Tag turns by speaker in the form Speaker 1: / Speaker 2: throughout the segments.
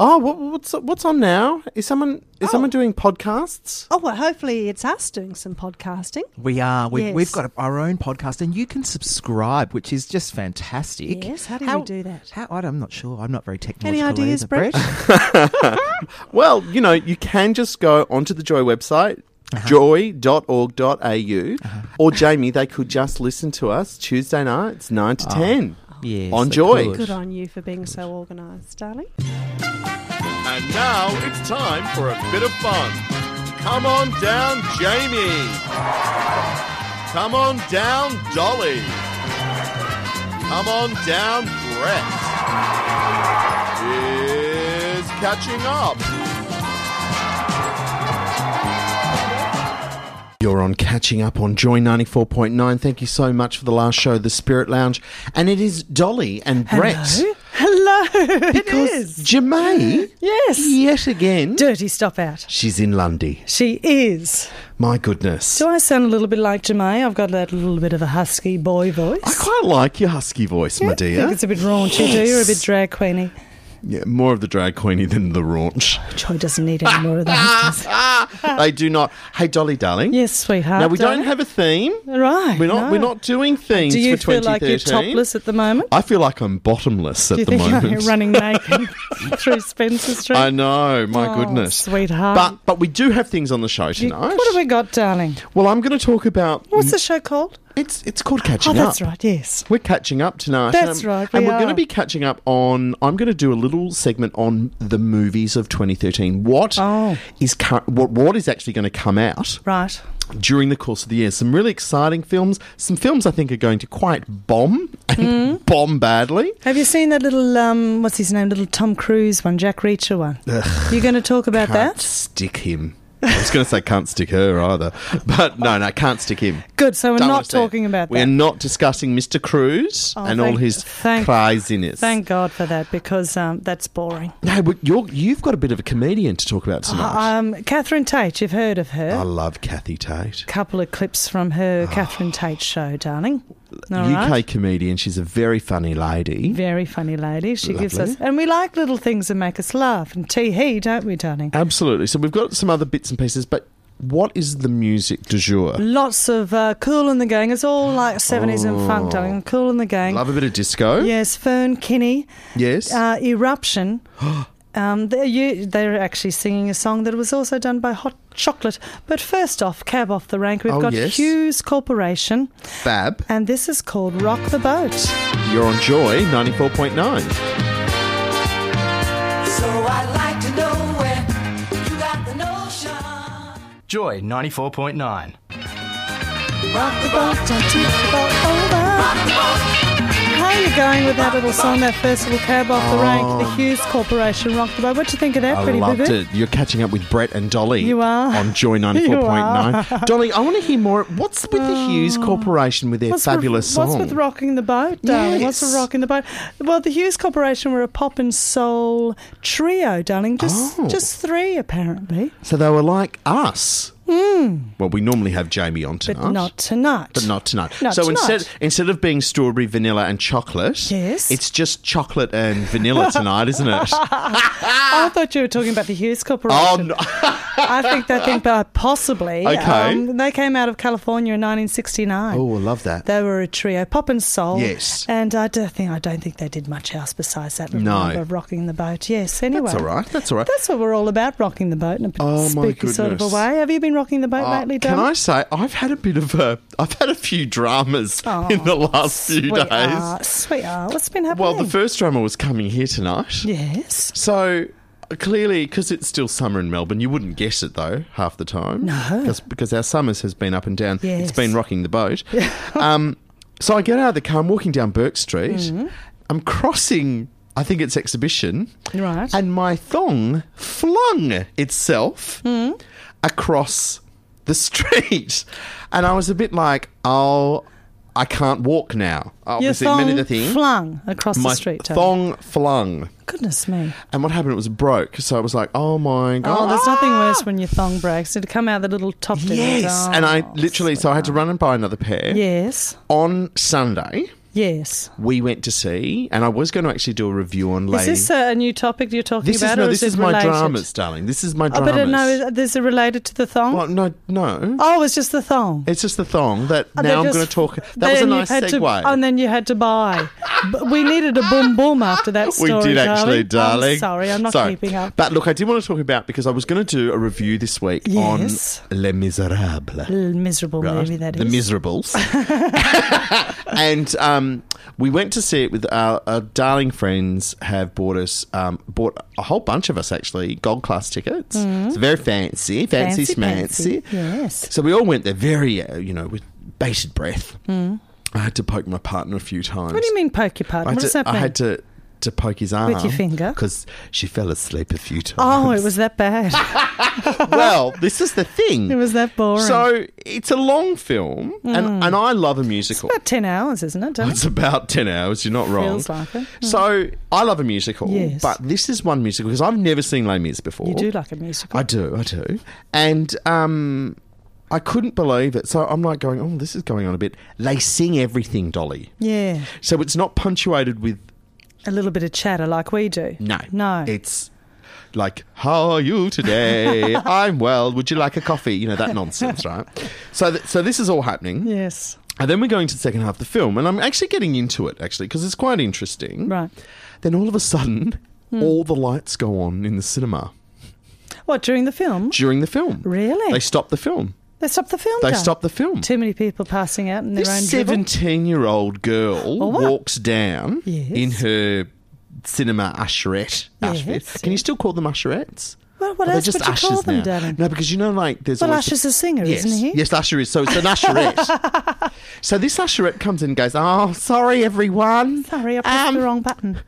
Speaker 1: Oh, what, what's what's on now? Is someone is
Speaker 2: Oh.
Speaker 1: someone doing podcasts?
Speaker 2: Oh, well, hopefully it's us doing some podcasting.
Speaker 3: We are. We've, we've
Speaker 2: Yes.
Speaker 3: got our own podcast, and you can subscribe, which is just fantastic.
Speaker 2: Yes, how do we do that?
Speaker 3: How, I don't- I'm not sure. I'm not very technical.
Speaker 2: Any ideas,
Speaker 3: either,
Speaker 2: Brett?
Speaker 1: Well, you know, you can just go onto the Joy website,
Speaker 3: Uh-huh.
Speaker 1: joy.org.au, or Jamie, they could just listen to us Tuesday nights, 9 to 10.
Speaker 3: Oh. yes,
Speaker 1: On
Speaker 3: they
Speaker 1: Joy.
Speaker 3: could.
Speaker 2: Good on you for being so organised, darling.
Speaker 1: And now it's time for a bit of fun. Come on down, Jamie. Come on down, Dolly. Come on down, Brett. Is catching up. You're on catching up on Joy 94.9. Thank you so much for the last show, The Spirit Lounge. And it is Dolly and Brett.
Speaker 2: Hello.
Speaker 1: Because Jemay,
Speaker 2: Yes.
Speaker 1: yet again,
Speaker 2: Dirty stop out.
Speaker 1: she's in Lundy.
Speaker 2: She is.
Speaker 1: My goodness.
Speaker 2: Do I sound a little bit like Jemai? I've got that little bit of a husky boy voice.
Speaker 1: I quite like your husky voice, my
Speaker 2: I think
Speaker 1: dear.
Speaker 2: it's a bit raunchy, do you? Or a bit drag queeny.
Speaker 1: Yeah, more of the drag queenie than the raunch.
Speaker 2: Joy doesn't need any more of that.
Speaker 1: they do not. Hey, Dolly, darling.
Speaker 2: yes, sweetheart.
Speaker 1: Now we don't
Speaker 2: darling.
Speaker 1: have a theme.
Speaker 2: Right.
Speaker 1: We're not.
Speaker 2: no.
Speaker 1: We're not doing themes
Speaker 2: Do you
Speaker 1: for
Speaker 2: feel
Speaker 1: 2013.
Speaker 2: like you're topless at the moment?
Speaker 1: I feel like I'm bottomless at
Speaker 2: do you
Speaker 1: the
Speaker 2: think
Speaker 1: moment.
Speaker 2: you're running naked through Spencer Street?
Speaker 1: I know. My
Speaker 2: Oh,
Speaker 1: goodness,
Speaker 2: sweetheart.
Speaker 1: But but we do have things on the show
Speaker 2: You-
Speaker 1: tonight.
Speaker 2: what have we got, darling?
Speaker 1: well, I'm going to talk about.
Speaker 2: What's the show called?
Speaker 1: It's it's called catching
Speaker 2: Oh,
Speaker 1: up.
Speaker 2: that's right. Yes.
Speaker 1: We're catching up tonight.
Speaker 2: That's
Speaker 1: and, I'm-
Speaker 2: right,
Speaker 1: And
Speaker 2: we
Speaker 1: we're going to
Speaker 2: are.
Speaker 1: be catching up on. I'm going to do a little segment on the movies of 2013. What is
Speaker 2: Oh.
Speaker 1: cur- what, what is actually going to come out
Speaker 2: Right.
Speaker 1: during the course of the year? Some really exciting films. Some films I think are going to quite bomb and
Speaker 2: Hmm.
Speaker 1: bomb badly.
Speaker 2: Have you seen that little um, what's his name? Little Tom Cruise one, Jack Reacher one. you going to talk about
Speaker 1: Can't
Speaker 2: that?
Speaker 1: stick him. I was going to say can't stick her either, but no, no, can't stick him.
Speaker 2: Good. So we're
Speaker 1: Don't
Speaker 2: not
Speaker 1: wanna say it.
Speaker 2: talking about
Speaker 1: We're
Speaker 2: that.
Speaker 1: not discussing Mr. Cruz
Speaker 2: Oh,
Speaker 1: and all
Speaker 2: thank-
Speaker 1: his
Speaker 2: thank-
Speaker 1: craziness.
Speaker 2: Thank God for that because um, that's boring.
Speaker 1: No, but you're, you've got a bit of a comedian to talk about tonight.
Speaker 2: Um, Catherine Tate, you've heard of her.
Speaker 1: I Ah.
Speaker 2: A
Speaker 1: love Kathy Tate.
Speaker 2: couple of clips from her Catherine Tate show, darling. All right.
Speaker 1: UK comedian. She's a very funny lady.
Speaker 2: Very funny lady. She gives
Speaker 1: Lovely.
Speaker 2: us, and we like little things that make us laugh and tee hee, don't we, darling?
Speaker 1: Absolutely. So we've got some other bits and pieces, but what is the music du jour?
Speaker 2: Lots of uh, cool in the gang. It's all like seventies and funk, darling. Cool in the gang.
Speaker 1: Oh. Love a bit of disco.
Speaker 2: Yes, Fern Kinney,
Speaker 1: Yes.
Speaker 2: uh, Eruption. Um, they, you, they're actually singing a song that was also done by Hot Chocolate. But first off, cab off the rank, we've
Speaker 1: Oh,
Speaker 2: got
Speaker 1: yes.
Speaker 2: Hughes Corporation,
Speaker 1: Fab.
Speaker 2: and this is called Rock the Boat.
Speaker 1: You're on Joy 94.9.
Speaker 4: So I'd like to know where you got the notion.
Speaker 5: Joy 94.9.
Speaker 2: Rock the boat, don't tip the boat over. How are you going with that little song, that festival cab off the rank, the Hughes Corporation, Rock the Boat? What do you think of that,
Speaker 1: Oh. I
Speaker 2: pretty
Speaker 1: loved
Speaker 2: boo-boo?
Speaker 1: it. You're catching up with Brett and Dolly.
Speaker 2: You are.
Speaker 1: On Joy 94.9. Dolly, I want to hear more. What's with the Hughes Corporation with their
Speaker 2: with-
Speaker 1: fabulous
Speaker 2: Oh. what's
Speaker 1: song?
Speaker 2: with rocking the boat, darling? What's with
Speaker 1: Yes.
Speaker 2: rocking the boat? Well, the Hughes Corporation were a pop and soul trio, darling. Just
Speaker 1: Oh.
Speaker 2: just three apparently,
Speaker 1: so they were like us. Well, we normally have Jamie on
Speaker 2: Hmm. but
Speaker 1: tonight.
Speaker 2: not tonight.
Speaker 1: But not tonight.
Speaker 2: Not
Speaker 1: so
Speaker 2: tonight.
Speaker 1: instead instead of being strawberry, vanilla, and chocolate,
Speaker 2: Yes.
Speaker 1: it's just chocolate and vanilla tonight, isn't it?
Speaker 2: I thought you were talking about the Hughes Corporation.
Speaker 1: oh, no.
Speaker 2: I think they think uh, possibly. um,
Speaker 1: Okay.
Speaker 2: they came out of California in 1969.
Speaker 1: oh, I love that.
Speaker 2: They were a trio, pop and soul.
Speaker 1: Yes.
Speaker 2: and I don't think I don't think they did much else besides that little
Speaker 1: No.
Speaker 2: number of rocking the boat. Yes, anyway,
Speaker 1: That's all right. That's all right.
Speaker 2: That's what we're all about, rocking the boat in a
Speaker 1: Oh, my
Speaker 2: spooky sort of a
Speaker 1: goodness.
Speaker 2: way. Have you been rocking the boat
Speaker 1: Uh,
Speaker 2: lately,
Speaker 1: can
Speaker 2: darling?
Speaker 1: I say I've had a bit of a I've had a few dramas in the last few days.
Speaker 2: Oh, Sweetheart, sweetheart, what's been happening?
Speaker 1: Well, the first drama was coming here tonight.
Speaker 2: yes.
Speaker 1: So clearly, because it's still summer in Melbourne, you wouldn't guess it though half the time. No, because our summers has been up and down.
Speaker 2: Yes.
Speaker 1: It's been rocking the boat. um, so I get out of the car. I'm walking down Burke Street.
Speaker 2: Mm-hmm.
Speaker 1: I'm crossing. I think it's exhibition.
Speaker 2: Right.
Speaker 1: And my thong flung itself
Speaker 2: Mm-hmm.
Speaker 1: across the street, and I was a bit like, oh. I can't walk now.
Speaker 2: Your
Speaker 1: Obviously,
Speaker 2: thong
Speaker 1: many of the things.
Speaker 2: flung across
Speaker 1: my
Speaker 2: the street. Tony.
Speaker 1: thong flung.
Speaker 2: Goodness me.
Speaker 1: And what happened? It was broke. So I was like, oh my God.
Speaker 2: Oh, there's nothing worse when your thong breaks. It'd come out the little top. didn't it?
Speaker 1: Yes.
Speaker 2: Oh,
Speaker 1: And I literally, so I had to run and buy another pair.
Speaker 2: Yes.
Speaker 1: On Sunday,
Speaker 2: Yes.
Speaker 1: we went to see, and I was going to actually do a review on Lady.
Speaker 2: Is this a, a new topic you're talking
Speaker 1: This
Speaker 2: about?
Speaker 1: is, no,
Speaker 2: or
Speaker 1: this
Speaker 2: it
Speaker 1: is my
Speaker 2: related?
Speaker 1: dramas, darling. This is my
Speaker 2: Oh,
Speaker 1: dramas.
Speaker 2: but uh, no, there's a related to the thong.
Speaker 1: Well, no, no.
Speaker 2: Oh, it's just the thong.
Speaker 1: It's just the thong that
Speaker 2: Oh, they
Speaker 1: Eh, now I'm
Speaker 2: just-
Speaker 1: going to talk. That
Speaker 2: then
Speaker 1: was a
Speaker 2: you've
Speaker 1: nice
Speaker 2: had to- Oh,
Speaker 1: segue.
Speaker 2: and then you had to buy. but we needed a boom boom after that
Speaker 1: we
Speaker 2: story.
Speaker 1: did actually, darling.
Speaker 2: I'm sorry, I'm not
Speaker 1: Sorry.
Speaker 2: keeping up.
Speaker 1: But look, I did want to talk about because I was going to do a review this week
Speaker 2: Yes.
Speaker 1: on Les Miserables.
Speaker 2: Little miserable
Speaker 1: right?
Speaker 2: movie that
Speaker 1: the
Speaker 2: is.
Speaker 1: Miserables. and um, we went to see it with our, our darling friends. Have bought us, um, bought a whole bunch of us actually, gold class tickets. It's very fancy, fancy,
Speaker 2: Mm. Fancy,
Speaker 1: smancy.
Speaker 2: fancy. Yes.
Speaker 1: So we all went there, very uh, you know, with bated breath. I had to poke my partner a few times.
Speaker 2: Mm. what do you mean poke your partner?
Speaker 1: I had
Speaker 2: What does
Speaker 1: to,
Speaker 2: that mean?
Speaker 1: I had to. To poke his arm
Speaker 2: With your finger?
Speaker 1: because she fell asleep a few times.
Speaker 2: oh, it was that bad.
Speaker 1: well. This is the thing.
Speaker 2: it was that boring. Hmm.
Speaker 1: So it's a long film, and, and I love a musical.
Speaker 2: about ten hours, isn't it? Don't
Speaker 1: It's about 10 hours, you're not wrong.
Speaker 2: Feels like it.
Speaker 1: So I love a musical,
Speaker 2: Yes.
Speaker 1: but this is one musical because I've never seen Les Mis before.
Speaker 2: you do like a musical.
Speaker 1: I do, I do. And um, I couldn't believe it. So I'm like going, oh, this is going on a bit. They sing everything, Dolly.
Speaker 2: yeah,
Speaker 1: So it's not punctuated with
Speaker 2: a little bit of chatter like we do.
Speaker 1: no.
Speaker 2: no.
Speaker 1: It's like, how are you today? I'm well. Would you like a coffee? You know, that nonsense, right? So, th- so this is all happening.
Speaker 2: yes,
Speaker 1: And then we're going to the second half of the film, and I'm actually getting into it, actually, because it's quite interesting.
Speaker 2: right. Hmm.
Speaker 1: Then all of a sudden, all the lights go on in the cinema
Speaker 2: What during the film?
Speaker 1: during the film.
Speaker 2: Really?
Speaker 1: They stop the film.
Speaker 2: They stopped the film.
Speaker 1: They
Speaker 2: Dave.
Speaker 1: stop the film.
Speaker 2: Too many people passing out in their own
Speaker 1: This
Speaker 2: dribble.
Speaker 1: 17 year old girl
Speaker 2: Oh, what?
Speaker 1: walks down
Speaker 2: Yes.
Speaker 1: in her cinema usherette.
Speaker 2: Yes,
Speaker 1: Usherette. Can you
Speaker 2: yes.
Speaker 1: still call them usherettes?
Speaker 2: Well,
Speaker 1: Or
Speaker 2: what
Speaker 1: they're
Speaker 2: else
Speaker 1: just
Speaker 2: would you
Speaker 1: ushers
Speaker 2: call them,
Speaker 1: now?
Speaker 2: darling?
Speaker 1: No, because you know, like there's
Speaker 2: Well,
Speaker 1: always
Speaker 2: Usher's a singer,
Speaker 1: yes.
Speaker 2: isn't he?
Speaker 1: Yes, Usher is. So it's an usherette. so this usherette comes in, and goes, "Oh, sorry, everyone.
Speaker 2: Sorry, I pressed
Speaker 1: Um,
Speaker 2: the wrong button.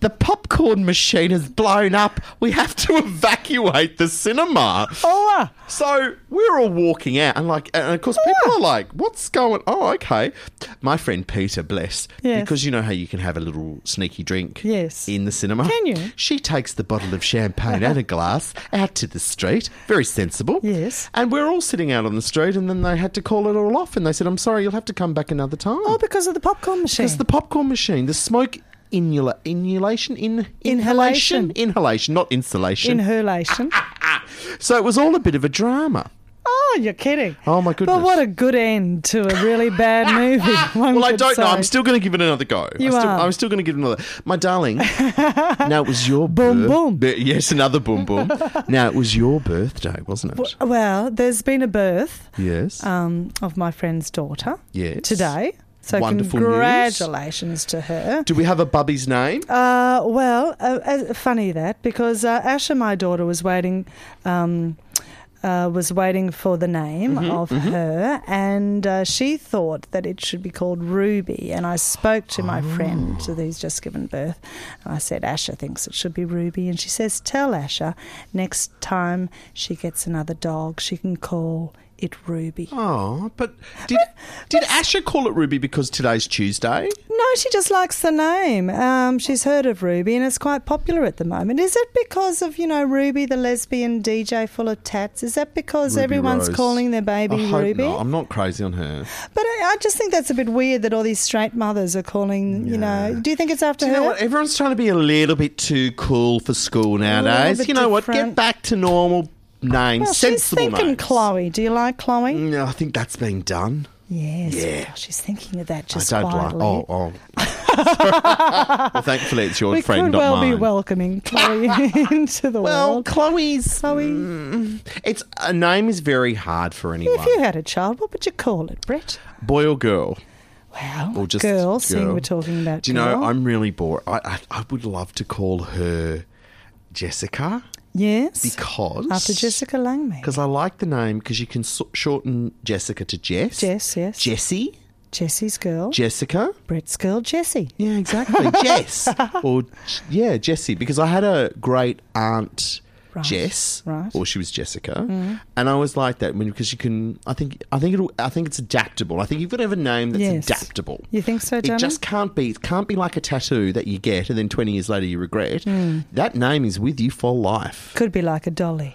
Speaker 1: The popcorn machine has blown up. We have to evacuate the cinema.
Speaker 2: Oh, ah.
Speaker 1: So we're all walking out, and like, and of course,
Speaker 2: Oh.
Speaker 1: people are like, "What's going? Oh, okay." My friend Peter, bless,
Speaker 2: Yes.
Speaker 1: because you know how you can have a little sneaky drink,
Speaker 2: Yes.
Speaker 1: in the cinema.
Speaker 2: Can you?
Speaker 1: She takes the bottle of champagne and a glass out to the street. Very sensible.
Speaker 2: Yes.
Speaker 1: And we're all sitting out on the street, and then they had to call it all off, and they said, "I'm sorry, you'll have to come back another time."
Speaker 2: Oh, because of the popcorn machine.
Speaker 1: Because the popcorn machine, the smoke inula- inhalation, in-
Speaker 2: Inhalation.
Speaker 1: inhalation, inhalation, not insulation.
Speaker 2: Inhalation.
Speaker 1: Ah, so it was all a bit of a drama.
Speaker 2: Oh, you're kidding.
Speaker 1: Oh, my goodness.
Speaker 2: But what a good end to a really bad movie. one
Speaker 1: Well, I
Speaker 2: could
Speaker 1: don't know. I'm
Speaker 2: say.
Speaker 1: still going to give it another go.
Speaker 2: You
Speaker 1: I still,
Speaker 2: are.
Speaker 1: I'm still going to give it another. My darling, now it was your
Speaker 2: Boom,
Speaker 1: birth-
Speaker 2: boom.
Speaker 1: b- Yes, another boom boom. now it was your birthday, wasn't it?
Speaker 2: Well, there's been a birth
Speaker 1: yes.
Speaker 2: um, of my friend's daughter
Speaker 1: Yes.
Speaker 2: today. So
Speaker 1: Wonderful news.
Speaker 2: congratulations to her.
Speaker 1: Do we have a bubby's name?
Speaker 2: Uh, well, uh, uh, funny that because uh, Asha, my daughter, was waiting, um, uh, was waiting for the name of her, and uh, she thought that it should be called Ruby. And I spoke to my friend who's just given birth, and I said Asha thinks it should be Ruby, and she says, "Tell Asha next time she gets another dog, she can call it Ruby."
Speaker 1: Oh, but did did Asher call it Ruby because today's Tuesday?
Speaker 2: No, she just likes the name. Um, she's heard of Ruby, and it's quite popular at the moment. Is it because of you know Ruby, the lesbian DJ full of tats? Is that because
Speaker 1: Ruby
Speaker 2: everyone's
Speaker 1: Rose.
Speaker 2: calling their baby
Speaker 1: I hope
Speaker 2: Ruby?
Speaker 1: not. I'm not crazy on her.
Speaker 2: But I, I just think that's a bit weird that all these straight mothers are calling. You know, do you think it's after
Speaker 1: You know
Speaker 2: her?
Speaker 1: what? Everyone's trying to be a little bit too cool for school nowadays.
Speaker 2: bit
Speaker 1: You know what? Get
Speaker 2: different.
Speaker 1: back to normal names,
Speaker 2: well, she's
Speaker 1: sensible Mm.
Speaker 2: thinking
Speaker 1: names.
Speaker 2: Chloe. Do you like Chloe?
Speaker 1: No, I think that's been done.
Speaker 2: Yes. well, she's thinking of that just
Speaker 1: I don't
Speaker 2: quietly.
Speaker 1: like. Oh, oh. well, thankfully, it's your
Speaker 2: we
Speaker 1: friend,
Speaker 2: could
Speaker 1: not
Speaker 2: well be
Speaker 1: mine.
Speaker 2: welcoming Chloe into the
Speaker 1: well,
Speaker 2: world.
Speaker 1: Chloe's.
Speaker 2: Chloe,
Speaker 1: It's a name is very hard for anyone.
Speaker 2: if you had a child, what would you call it, Brett?
Speaker 1: Boy or girl.
Speaker 2: Wow.
Speaker 1: Or just
Speaker 2: girl, seeing
Speaker 1: girl.
Speaker 2: we're talking about
Speaker 1: Do you know?
Speaker 2: girl.
Speaker 1: I'm really bored. I, I I would love to call her Jessica
Speaker 2: Yes.
Speaker 1: because
Speaker 2: after Jessica Langme.
Speaker 1: Because I like the name because you can so- shorten Jessica to Jess.
Speaker 2: Jess, yes.
Speaker 1: Jessie.
Speaker 2: Jessie's girl.
Speaker 1: Jessica.
Speaker 2: Brett's girl, Jessie.
Speaker 1: Yeah, exactly. Jess. Or, yeah, Jessie. Because I had a great aunt
Speaker 2: Right.
Speaker 1: Jess,
Speaker 2: Right. Mm.
Speaker 1: or she was Jessica, and I always like that when because you can. I think I think it'll. I think it's adaptable. I think you've got to have a name that's
Speaker 2: Yes.
Speaker 1: adaptable.
Speaker 2: You think so,
Speaker 1: It
Speaker 2: Jamie?
Speaker 1: just can't be. It can't be like a tattoo that you get and then twenty years later you regret.
Speaker 2: Hmm.
Speaker 1: That name is with you for life.
Speaker 2: Could be like a dolly.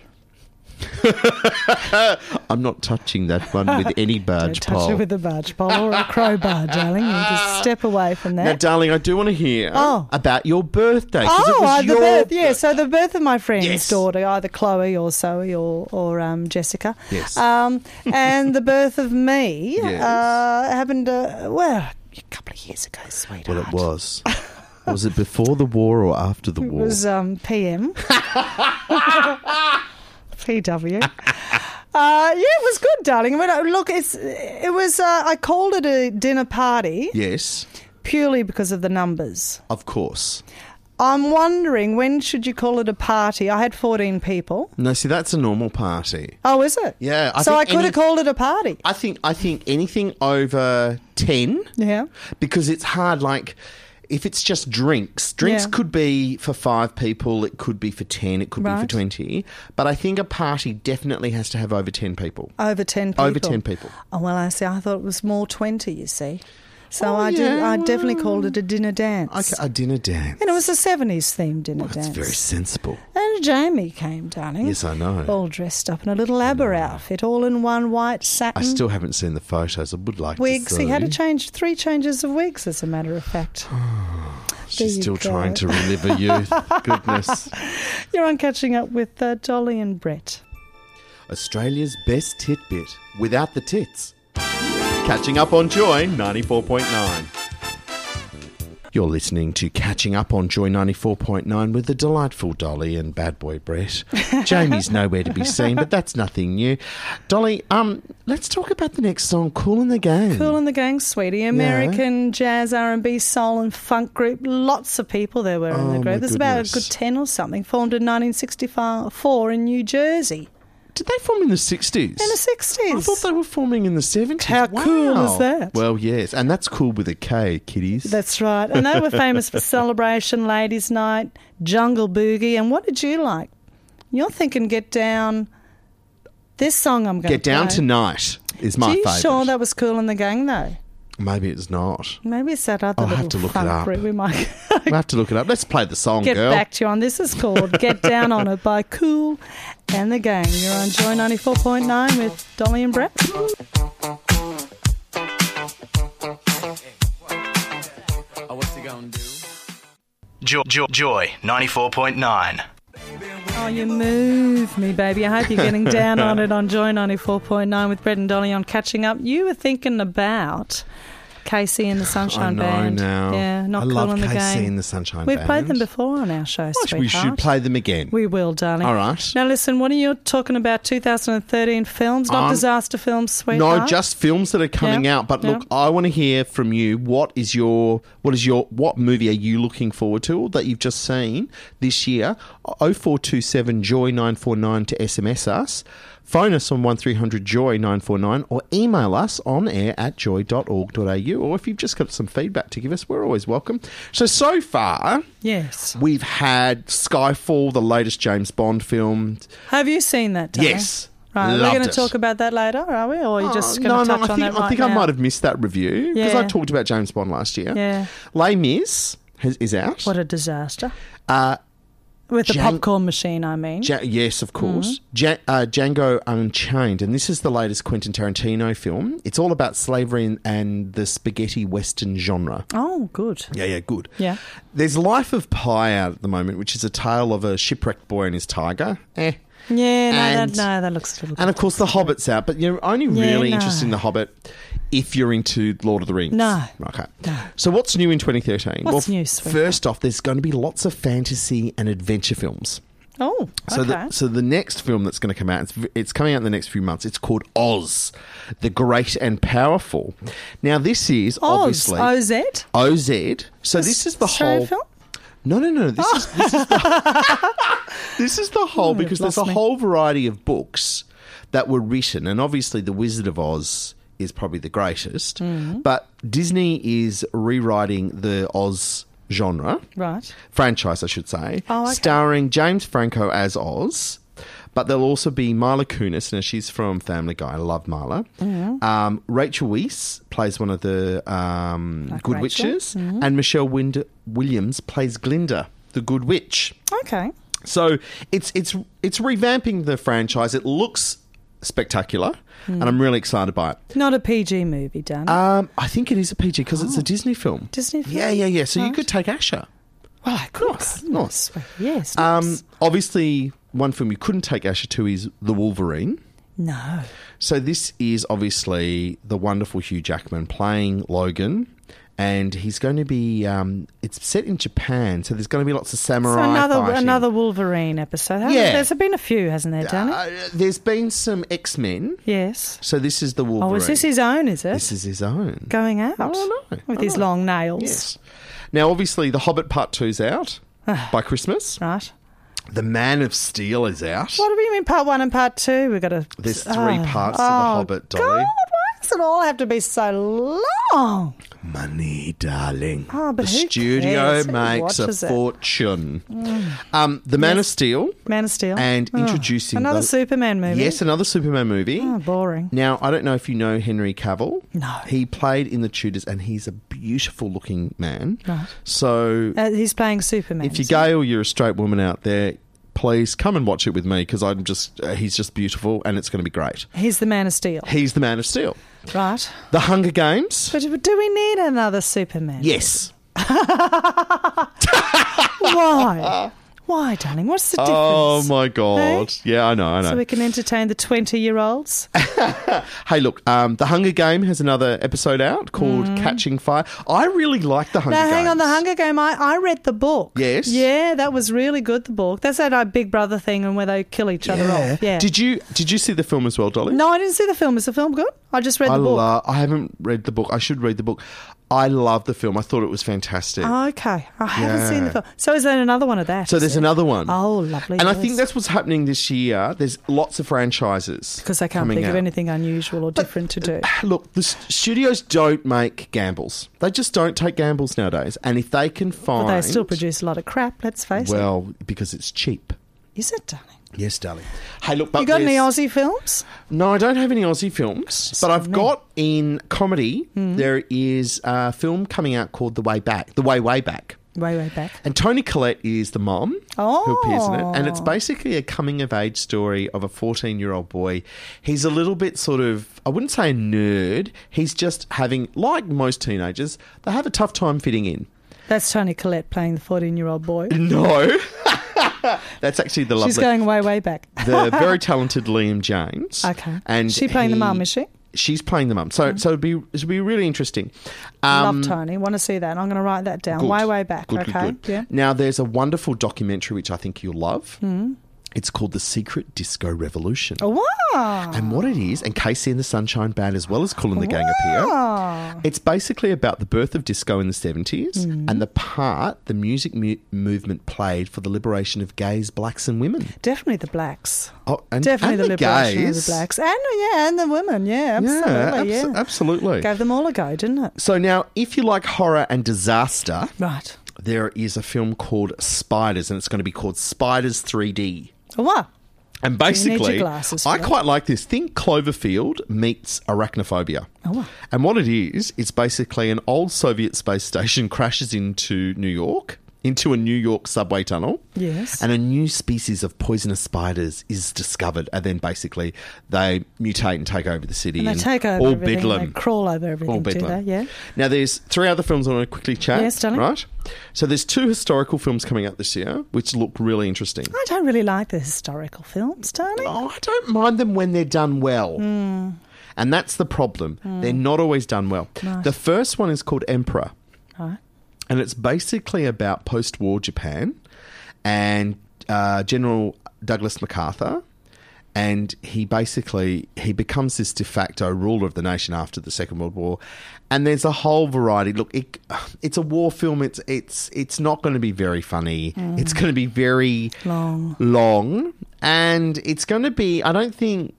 Speaker 1: I'm not touching that one with any
Speaker 2: Don't
Speaker 1: barge
Speaker 2: touch
Speaker 1: pole.
Speaker 2: it with a barge pole or a crowbar, darling. You just step away from
Speaker 1: now,
Speaker 2: that.
Speaker 1: darling, I do want to hear
Speaker 2: Oh.
Speaker 1: about your birthday. 'cause it
Speaker 2: Oh,
Speaker 1: was
Speaker 2: uh, the
Speaker 1: your
Speaker 2: birth. Yeah, so the birth of my friend's
Speaker 1: Yes.
Speaker 2: daughter, either Chloe or Zoe or, or um, Jessica.
Speaker 1: Yes.
Speaker 2: Um, and the birth of me
Speaker 1: Yes.
Speaker 2: uh, happened, uh, well, a couple of years ago, sweetheart.
Speaker 1: Well, it was. was it before the war or after the
Speaker 2: It
Speaker 1: war?
Speaker 2: was um, PM. PW. Uh, yeah, it was good, darling. I mean, uh, look, it's it was. Uh, I called it a dinner party
Speaker 1: yes,
Speaker 2: purely because of the numbers.
Speaker 1: of course.
Speaker 2: I'm wondering when should you call it a party? I had 14 people.
Speaker 1: No, see, that's a normal party.
Speaker 2: Oh, is it?
Speaker 1: Yeah, I
Speaker 2: so
Speaker 1: think
Speaker 2: I could
Speaker 1: any-
Speaker 2: have called it a party.
Speaker 1: I think I think anything over ten,
Speaker 2: Yeah.
Speaker 1: because it's hard. Like if it's just drinks, drinks
Speaker 2: Yeah.
Speaker 1: could be for five people, it could be for ten, it could be for
Speaker 2: Right.
Speaker 1: twenty. But I think a party definitely has to have over ten people.
Speaker 2: Over 10 people.
Speaker 1: Over ten people.
Speaker 2: Oh, well, I see. I thought it was more 20, you see. So
Speaker 1: Oh,
Speaker 2: I, did,
Speaker 1: yeah,
Speaker 2: I definitely
Speaker 1: well.
Speaker 2: called it a dinner dance.
Speaker 1: Okay, a dinner dance.
Speaker 2: Uh,
Speaker 1: Oh,
Speaker 2: And it was a 70s themed dinner
Speaker 1: That's
Speaker 2: dance.
Speaker 1: very sensible.
Speaker 2: And Jamie came, darling.
Speaker 1: Yes, I know.
Speaker 2: All dressed up in a little ABBA outfit, all in one white satin
Speaker 1: I still haven't seen the photos. I would like to
Speaker 2: Mm. wigs.
Speaker 1: see.
Speaker 2: He had to change three changes of wigs, as a matter of fact.
Speaker 1: She's
Speaker 2: you
Speaker 1: still
Speaker 2: go.
Speaker 1: trying to relive her youth. Goodness.
Speaker 2: You're on catching up with uh, Dolly and Brett.
Speaker 1: Hmm. Australia's best titbit without the tits.
Speaker 6: Catching up on Joy 94.9.
Speaker 1: You're listening to Catching Up on Joy 94.9 with the delightful Dolly and bad boy Brett. Jamie's nowhere to be seen, but that's nothing new. Dolly, um, let's talk about the next song, Cool in the Game.
Speaker 2: Cool and the Gang, sweetie. American jazz, R&B, soul and funk group. Lots of people there were in
Speaker 1: Oh,
Speaker 2: the
Speaker 1: my
Speaker 2: group. There's about a
Speaker 1: goodness.
Speaker 2: good 10 or something. Formed in 1964 in New Jersey.
Speaker 1: Did they form in the 60s?
Speaker 2: In the 60s.
Speaker 1: I thought they were forming in the 70s.
Speaker 2: How cool
Speaker 1: Wow.
Speaker 2: is that?
Speaker 1: Well, yes, and that's cool with a K, kiddies.
Speaker 2: That's right. And they were famous for Celebration, Ladies' Night, Jungle Boogie. And what did you like? You're thinking Get Down. This song I'm going
Speaker 1: Get Down Tonight is my
Speaker 2: Are you
Speaker 1: favourite.
Speaker 2: sure that was Cool in the Gang, though?
Speaker 1: Maybe it's not.
Speaker 2: Maybe it's that other
Speaker 1: I'll have
Speaker 2: little
Speaker 1: to look it
Speaker 2: funk
Speaker 1: up.
Speaker 2: group. We might
Speaker 1: We'll have to look it up. Let's play the song,
Speaker 2: get
Speaker 1: girl.
Speaker 2: back to you on this. It's called Get Down on It by Cool and the Gang. You're on Joy 94.9 with Dolly and Brett.
Speaker 7: Joy, joy, joy 94.9.
Speaker 2: Oh, you move me, baby. I hope you're getting down on it on Joy 94.9 with Brett and Dolly on Catching Up. You were thinking about Casey and the
Speaker 1: I
Speaker 2: Sunshine
Speaker 1: know
Speaker 2: Band.
Speaker 1: now.
Speaker 2: Yeah, not
Speaker 1: I
Speaker 2: cool
Speaker 1: love
Speaker 2: in the
Speaker 1: Casey
Speaker 2: game.
Speaker 1: and the Sunshine
Speaker 2: We've
Speaker 1: Band.
Speaker 2: played them before on our show,
Speaker 1: Gosh, we should
Speaker 2: sweetheart.
Speaker 1: play them again.
Speaker 2: We will, darling.
Speaker 1: All right.
Speaker 2: Now, listen, what are you talking about 2013 films, not
Speaker 1: Um,
Speaker 2: disaster films, sweetheart?
Speaker 1: No, just films that are coming
Speaker 2: Yeah,
Speaker 1: out. But
Speaker 2: yeah.
Speaker 1: look, I want to hear from you. What is your what is your what movie are you looking forward to that you've just seen this year? 0427 joy nine four nine to SMS us. Phone us on 1300 Joy 949 or email us on air at joy.org.au. Or if you've just got some feedback to give us, we're always welcome. So, so far,
Speaker 2: Yes.
Speaker 1: we've had Skyfall, the latest James Bond film.
Speaker 2: Have you seen that, darling?
Speaker 1: Yes.
Speaker 2: Right, we're
Speaker 1: Loved
Speaker 2: going to
Speaker 1: it.
Speaker 2: talk about that later, are we? Or are you just
Speaker 1: Oh,
Speaker 2: going to touch
Speaker 1: I
Speaker 2: on
Speaker 1: think,
Speaker 2: that right
Speaker 1: I think I
Speaker 2: now?
Speaker 1: might have missed that review because I
Speaker 2: Yeah.
Speaker 1: talked about James Bond last year.
Speaker 2: Yeah.
Speaker 1: Les Mis has, is out.
Speaker 2: What a disaster.
Speaker 1: Uh,
Speaker 2: With the
Speaker 1: Jan-
Speaker 2: popcorn machine, I mean.
Speaker 1: Ja- yes, of
Speaker 2: Mm-hmm.
Speaker 1: course. Ja- uh, Django Unchained, and this is the latest Quentin Tarantino film. It's all about slavery and, and the spaghetti western genre.
Speaker 2: oh, good.
Speaker 1: Yeah, yeah, good.
Speaker 2: Yeah.
Speaker 1: There's Life of Pi out at the moment, which is a tale of a shipwrecked boy and his tiger. Eh.
Speaker 2: Yeah, no,
Speaker 1: And-
Speaker 2: that, no, that looks a little
Speaker 1: And of course, The Hobbit's out, but you're only
Speaker 2: Yeah,
Speaker 1: really
Speaker 2: no.
Speaker 1: interested in The Hobbit if you're into Lord of the Rings.
Speaker 2: No.
Speaker 1: Okay.
Speaker 2: No.
Speaker 1: So, what's new in 2013?
Speaker 2: What's
Speaker 1: well,
Speaker 2: new,
Speaker 1: f-
Speaker 2: sweetheart?
Speaker 1: First off, there's going to be lots of fantasy and adventure films.
Speaker 2: Oh,
Speaker 1: So,
Speaker 2: okay.
Speaker 1: the, so the next film that's going to come out, it's, v- it's coming out in the next few months. It's called Oz, the Great and Powerful. Now, this is
Speaker 2: Oz,
Speaker 1: obviously
Speaker 2: OZ.
Speaker 1: OZ. So this is the
Speaker 2: Oh, Australian
Speaker 1: whole
Speaker 2: film?
Speaker 1: No, no, no. This is this is the, this is the whole because there's a
Speaker 2: lost me.
Speaker 1: whole variety of books that were written, and obviously the Wizard of Oz
Speaker 2: Mm-hmm.
Speaker 1: is probably the greatest. But Disney is rewriting the Oz genre,
Speaker 2: Right.
Speaker 1: franchise, I should say,
Speaker 2: Oh, okay.
Speaker 1: starring James Franco as Oz. But there'll also be Mila Kunis, and she's from Family Guy. I love Mila.
Speaker 2: Mm-hmm.
Speaker 1: Um, Rachel Weisz plays one of the um,
Speaker 2: Like
Speaker 1: Good
Speaker 2: Rachel. Mm-hmm.
Speaker 1: Witches, and Michelle Wind- Williams plays Glinda, the Good Witch.
Speaker 2: Okay.
Speaker 1: So it's it's it's revamping the franchise. It looks spectacular,
Speaker 2: Hmm.
Speaker 1: and I'm really excited by it.
Speaker 2: Not a PG movie, Dan.
Speaker 1: Um, I think it is a PG because it's a Disney film.
Speaker 2: Oh. Disney film.
Speaker 1: Yeah, yeah, yeah. So you could take Asher.
Speaker 2: well, I could.
Speaker 1: nice.
Speaker 2: Yes.
Speaker 1: Um,
Speaker 2: nice.
Speaker 1: obviously, one film you couldn't take Asher to is The Wolverine.
Speaker 2: no.
Speaker 1: So this is obviously the wonderful Hugh Jackman playing Logan, and he's going to be. Um, it's set in Japan, so there's going to be lots of
Speaker 2: So
Speaker 1: samurai.
Speaker 2: another
Speaker 1: fighting.
Speaker 2: another Wolverine episode. hasn't
Speaker 1: Yeah.
Speaker 2: there? There's been a few, hasn't there, Danny?
Speaker 1: Uh, there's been some X Men.
Speaker 2: yes.
Speaker 1: So this is the Wolverine.
Speaker 2: Oh, is this his own? Is it
Speaker 1: This is his own.
Speaker 2: going out
Speaker 1: Oh, I know.
Speaker 2: with
Speaker 1: I
Speaker 2: his
Speaker 1: know.
Speaker 2: long nails?
Speaker 1: Yes. Now, obviously, The Hobbit Part Two's out by Christmas.
Speaker 2: Right.
Speaker 1: The Man of Steel is out.
Speaker 2: What do we mean? Part one and part two. We've got uh, to.
Speaker 1: There's
Speaker 2: three
Speaker 1: three parts to The Hobbit, Dolly.
Speaker 2: Oh, God, why does it all have to be so long?
Speaker 1: Money, darling.
Speaker 2: Oh, but
Speaker 1: the
Speaker 2: who
Speaker 1: studio
Speaker 2: cares? Who
Speaker 1: makes a
Speaker 2: watches it? Mm.
Speaker 1: fortune. Um, the Man of Steel
Speaker 2: Man of Steel.
Speaker 1: and
Speaker 2: Oh,
Speaker 1: introducing
Speaker 2: another
Speaker 1: the-
Speaker 2: Superman movie.
Speaker 1: Yes, another Superman movie.
Speaker 2: Oh, boring.
Speaker 1: Now, I don't know if you know Henry Cavill.
Speaker 2: No.
Speaker 1: He played in The Tudors and he's a beautiful looking man. So,
Speaker 2: Uh, he's playing Superman.
Speaker 1: if you're gay or you're a straight woman out there, please come and watch it with me because I'm just, uh, he's just beautiful and it's going to be great.
Speaker 2: he's the Man of Steel,
Speaker 1: He's the Man of Steel.
Speaker 2: right?
Speaker 1: The Hunger Games.
Speaker 2: But do we need another Superman?
Speaker 1: yes.
Speaker 2: Why? Why, darling? What's the difference?
Speaker 1: Oh my God. Yeah, I know, I know.
Speaker 2: So we can entertain the twenty-year-olds.
Speaker 1: Hey, look, um, The Hunger Game has another episode out called Catching Fire. I really like The Hunger
Speaker 2: Mm. Now,
Speaker 1: Game.
Speaker 2: hang on, the Hunger Game. I, I read the book.
Speaker 1: Yes.
Speaker 2: Yeah, that was really good. The book. That's that uh, Big Brother thing, and where they kill each other off. Yeah.
Speaker 1: Did you did you see the film as well, Dolly?
Speaker 2: No, I didn't see the film. Is the film good? I just read
Speaker 1: I
Speaker 2: the book.
Speaker 1: love. I haven't read the book. I should read the book. I love the film. I thought it was fantastic.
Speaker 2: Oh, okay, I haven't seen
Speaker 1: Yeah.
Speaker 2: the film. So is there another one of that?
Speaker 1: so there's another one.
Speaker 2: Oh, lovely.
Speaker 1: and I think that's what's happening this year. There's lots of franchises
Speaker 2: because I can't
Speaker 1: coming
Speaker 2: think of
Speaker 1: out.
Speaker 2: anything unusual or different to do.
Speaker 1: Look, the s- studios don't make gambles. They just don't take gambles nowadays. And if they can find,
Speaker 2: But they still produce a lot of crap. Let's face it.
Speaker 1: Well, because it's cheap.
Speaker 2: Is it, darling?
Speaker 1: Yes, darling. Hey, look, but
Speaker 2: You got any
Speaker 1: uh, there's-
Speaker 2: Aussie films?
Speaker 1: No, I don't have any Aussie films, but I've got in comedy.
Speaker 2: Hmm.
Speaker 1: There is a film coming out called The Way Back, The Way Way Back,
Speaker 2: Way, way back.
Speaker 1: and Tony Collette is the mom who appears in it, and it's
Speaker 2: Oh.
Speaker 1: basically a coming of age story of a fourteen year old boy. He's a little bit sort of I wouldn't say a nerd. He's just having like most teenagers, they have a tough time fitting in.
Speaker 2: That's Tony Collette playing the fourteen-year-old boy.
Speaker 1: No. That's actually the lovely.
Speaker 2: She's going way, way back.
Speaker 1: the very talented Liam James.
Speaker 2: Okay.
Speaker 1: and
Speaker 2: She playing the
Speaker 1: he-
Speaker 2: mum, is she? Mm.
Speaker 1: She's playing the mum. So so it'd be it'd be really interesting. Um,
Speaker 2: Love Tony. Want to see that? I'm going to write that down.
Speaker 1: good.
Speaker 2: Way, way back.
Speaker 1: Good, good,
Speaker 2: okay.
Speaker 1: good.
Speaker 2: Yeah.
Speaker 1: Now there's a wonderful documentary which I think you'll love.
Speaker 2: Mm.
Speaker 1: It's called The Secret Disco Revolution.
Speaker 2: Oh, Wow.
Speaker 1: And what it is, and Casey and the Sunshine Band, as well as Cool and the Gang appear, it's basically about the birth of disco in the 70s
Speaker 2: Mm.
Speaker 1: and the part the music mu- movement played for the liberation of gays, blacks, and women.
Speaker 2: Definitely the blacks.
Speaker 1: Oh, and,
Speaker 2: Definitely
Speaker 1: and
Speaker 2: the liberation of
Speaker 1: gays.
Speaker 2: the blacks. And yeah, and the women. Yeah, absolutely.
Speaker 1: Yeah,
Speaker 2: Yeah.
Speaker 1: abso- absolutely.
Speaker 2: Gave them all a go, didn't it?
Speaker 1: So now, if you like horror and disaster,
Speaker 2: Right.
Speaker 1: there is a film called Spiders, and it's going to be called Spiders 3D.
Speaker 2: Wow.
Speaker 1: And
Speaker 2: you need your
Speaker 1: basically,
Speaker 2: glasses for
Speaker 1: I
Speaker 2: that.
Speaker 1: quite like this. Think Cloverfield meets arachnophobia.
Speaker 2: Oh, wow.
Speaker 1: And what it is, it's basically an old Soviet space station crashes into New York, into a New York subway tunnel.
Speaker 2: Yes.
Speaker 1: And a new species of poisonous spiders is discovered. And then basically, they mutate and take over the city.
Speaker 2: And they take over
Speaker 1: all
Speaker 2: everything.
Speaker 1: bedlam.
Speaker 2: They crawl over everything,
Speaker 1: All
Speaker 2: do they?
Speaker 1: bedlam.
Speaker 2: Yeah.
Speaker 1: Now, there's three other films I want to quickly chat.
Speaker 2: Yes, darling.
Speaker 1: Right? So, there's two historical films coming out this year, which look really interesting.
Speaker 2: I don't really like the historical films, darling.
Speaker 1: Oh, I don't mind them when they're done well.
Speaker 2: Hmm.
Speaker 1: And that's the problem. They're not always done well. The first one is called Emperor.
Speaker 2: Right.
Speaker 1: And it's basically about post war Japan and uh, General Douglas MacArthur. And he basically he becomes this de facto ruler of the nation after the Second World War, and there's a whole variety. Look, it, it's a war film. It's it's it's not going to be very funny. It's going to be very
Speaker 2: Long.
Speaker 1: long, and it's going to be. I don't think.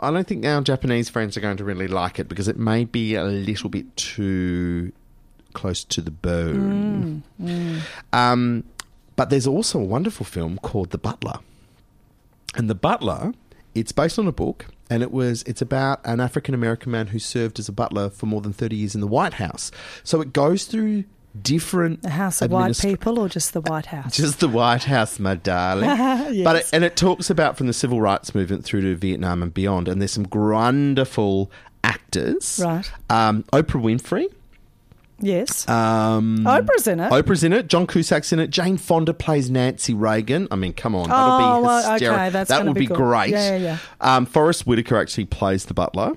Speaker 1: I don't think our Japanese friends are going to really like it because it may be a little bit too close to the bone.
Speaker 2: Mm,
Speaker 1: Um, but there's also a wonderful film called The Butler. And The Butler, it's based on a book, and it was it's about an African American man who served as a butler for more than thirty years in the White House. So it goes through different
Speaker 2: The House of White
Speaker 1: administra-
Speaker 2: People or just the White House?
Speaker 1: just the White House, my darling. But it, and it talks about from the civil rights movement through to Vietnam and beyond. And there's some wonderful actors.
Speaker 2: Right.
Speaker 1: Um, Oprah Winfrey.
Speaker 2: yes.
Speaker 1: Um,
Speaker 2: Oprah's in it.
Speaker 1: Oprah's in it. John Cusack's in it. Jane Fonda plays Nancy Reagan. I mean, come on,
Speaker 2: Oh,
Speaker 1: that'll be
Speaker 2: well, okay,
Speaker 1: hysterical.
Speaker 2: that's
Speaker 1: that
Speaker 2: gonna
Speaker 1: would
Speaker 2: be
Speaker 1: be,
Speaker 2: cool.
Speaker 1: great.
Speaker 2: Yeah, yeah,
Speaker 1: Um, Forrest Whitaker actually plays the butler.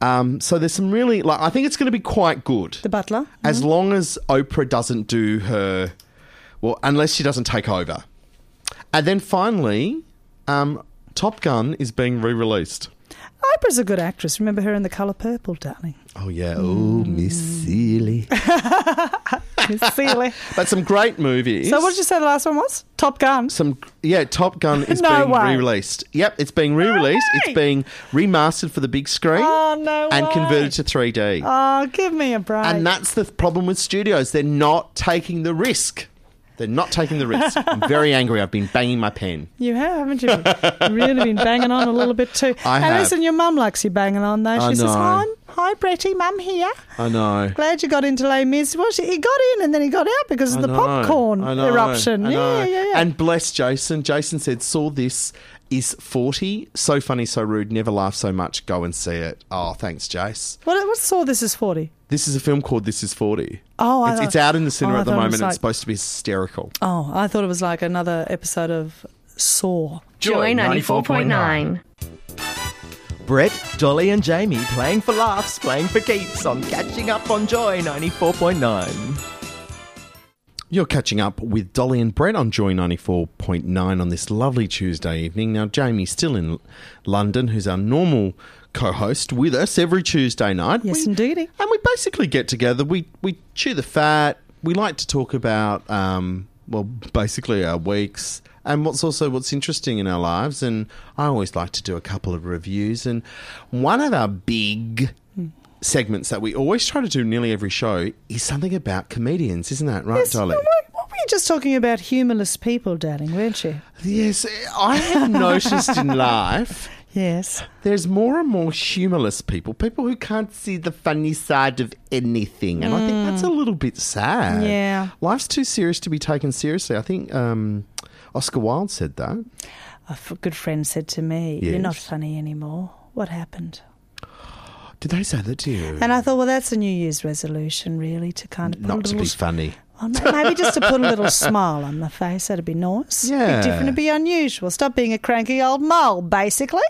Speaker 1: Um, so there's some really like I think it's going to be quite good.
Speaker 2: the Butler.
Speaker 1: As long as Oprah doesn't do her, well, unless she doesn't take over. And then finally, um, Top Gun is being re released.
Speaker 2: Oprah's a good actress. Remember her in The Colour Purple, darling.
Speaker 1: Oh, yeah. Oh, Miss Seeley.
Speaker 2: Miss Seeley.
Speaker 1: But some great movies.
Speaker 2: so what did you say the last one was? Top Gun.
Speaker 1: some yeah, Top Gun is
Speaker 2: No
Speaker 1: being
Speaker 2: way.
Speaker 1: re-released. Yep, it's being re-released.
Speaker 2: way.
Speaker 1: It's being remastered for the big screen
Speaker 2: Oh, no
Speaker 1: and
Speaker 2: way.
Speaker 1: converted to 3D.
Speaker 2: Oh, give me a break.
Speaker 1: And that's the problem with studios. They're not taking the risk. They're not taking the risk. I'm very angry. I've been banging my pen.
Speaker 2: you have, haven't you? You've really been banging on a little bit too.
Speaker 1: I
Speaker 2: and
Speaker 1: have.
Speaker 2: listen, your mum likes you banging on though. She
Speaker 1: I
Speaker 2: says,
Speaker 1: know.
Speaker 2: "Hi, hi, Bretty, mum here.
Speaker 1: I know.
Speaker 2: Glad you got into Les Mis." Well, she, he got in and then he got out because of the popcorn eruption. Yeah, yeah, yeah.
Speaker 1: And bless Jason. Jason said, "Saw this is forty. So funny, so rude. Never laugh so much. Go and see it." Oh, thanks, Jace.
Speaker 2: what, what saw this is forty?
Speaker 1: This is a film called This Is 40.
Speaker 2: Oh, I
Speaker 1: it's,
Speaker 2: thought-
Speaker 1: it's out in the cinema
Speaker 2: oh, I
Speaker 1: at the
Speaker 2: thought it
Speaker 1: moment.
Speaker 2: was
Speaker 1: and
Speaker 2: like-
Speaker 1: it's supposed to be hysterical.
Speaker 2: Oh, I thought it was like another episode of Saw.
Speaker 7: Joy 94.9.
Speaker 3: Brett, Dolly, and Jamie playing for laughs, playing for keeps on catching up on Joy 94.9.
Speaker 1: You're catching up with Dolly and Brett on Joy 94.9 on this lovely Tuesday evening. Now, Jamie's still in L- London, who's our normal co host with us every Tuesday night.
Speaker 2: Yes,
Speaker 1: We-
Speaker 2: indeedy.
Speaker 1: And we basically get together, we, we chew the fat, we like to talk about, um, well, basically our weeks and what's also what's interesting in our lives. And I always like to do a couple of reviews. And one of our big segments that we always try to do nearly every show is something about comedians, isn't that right,
Speaker 2: Yes,
Speaker 1: Dolly?
Speaker 2: What, what were you just talking about? Humorless people, darling, weren't you?
Speaker 1: Yes, I have noticed in life
Speaker 2: Yes.
Speaker 1: there's more and more humorless people, people who can't see the funny side of anything. And I think that's a little bit sad.
Speaker 2: Mm. Yeah.
Speaker 1: Life's too serious to be taken seriously. I think um, Oscar Wilde said that.
Speaker 2: A f- good friend said to me, "You're
Speaker 1: Yes.
Speaker 2: not funny anymore. What happened?"
Speaker 1: Did they say that to you?
Speaker 2: And I thought, well, that's a New Year's resolution, really, to kind of put
Speaker 1: Not
Speaker 2: a
Speaker 1: to
Speaker 2: little,
Speaker 1: be funny.
Speaker 2: well, ma- maybe just to put a little smile on the face. That'd be nice.
Speaker 1: Yeah.
Speaker 2: be different, it'd be unusual. Stop being a cranky old mole, basically.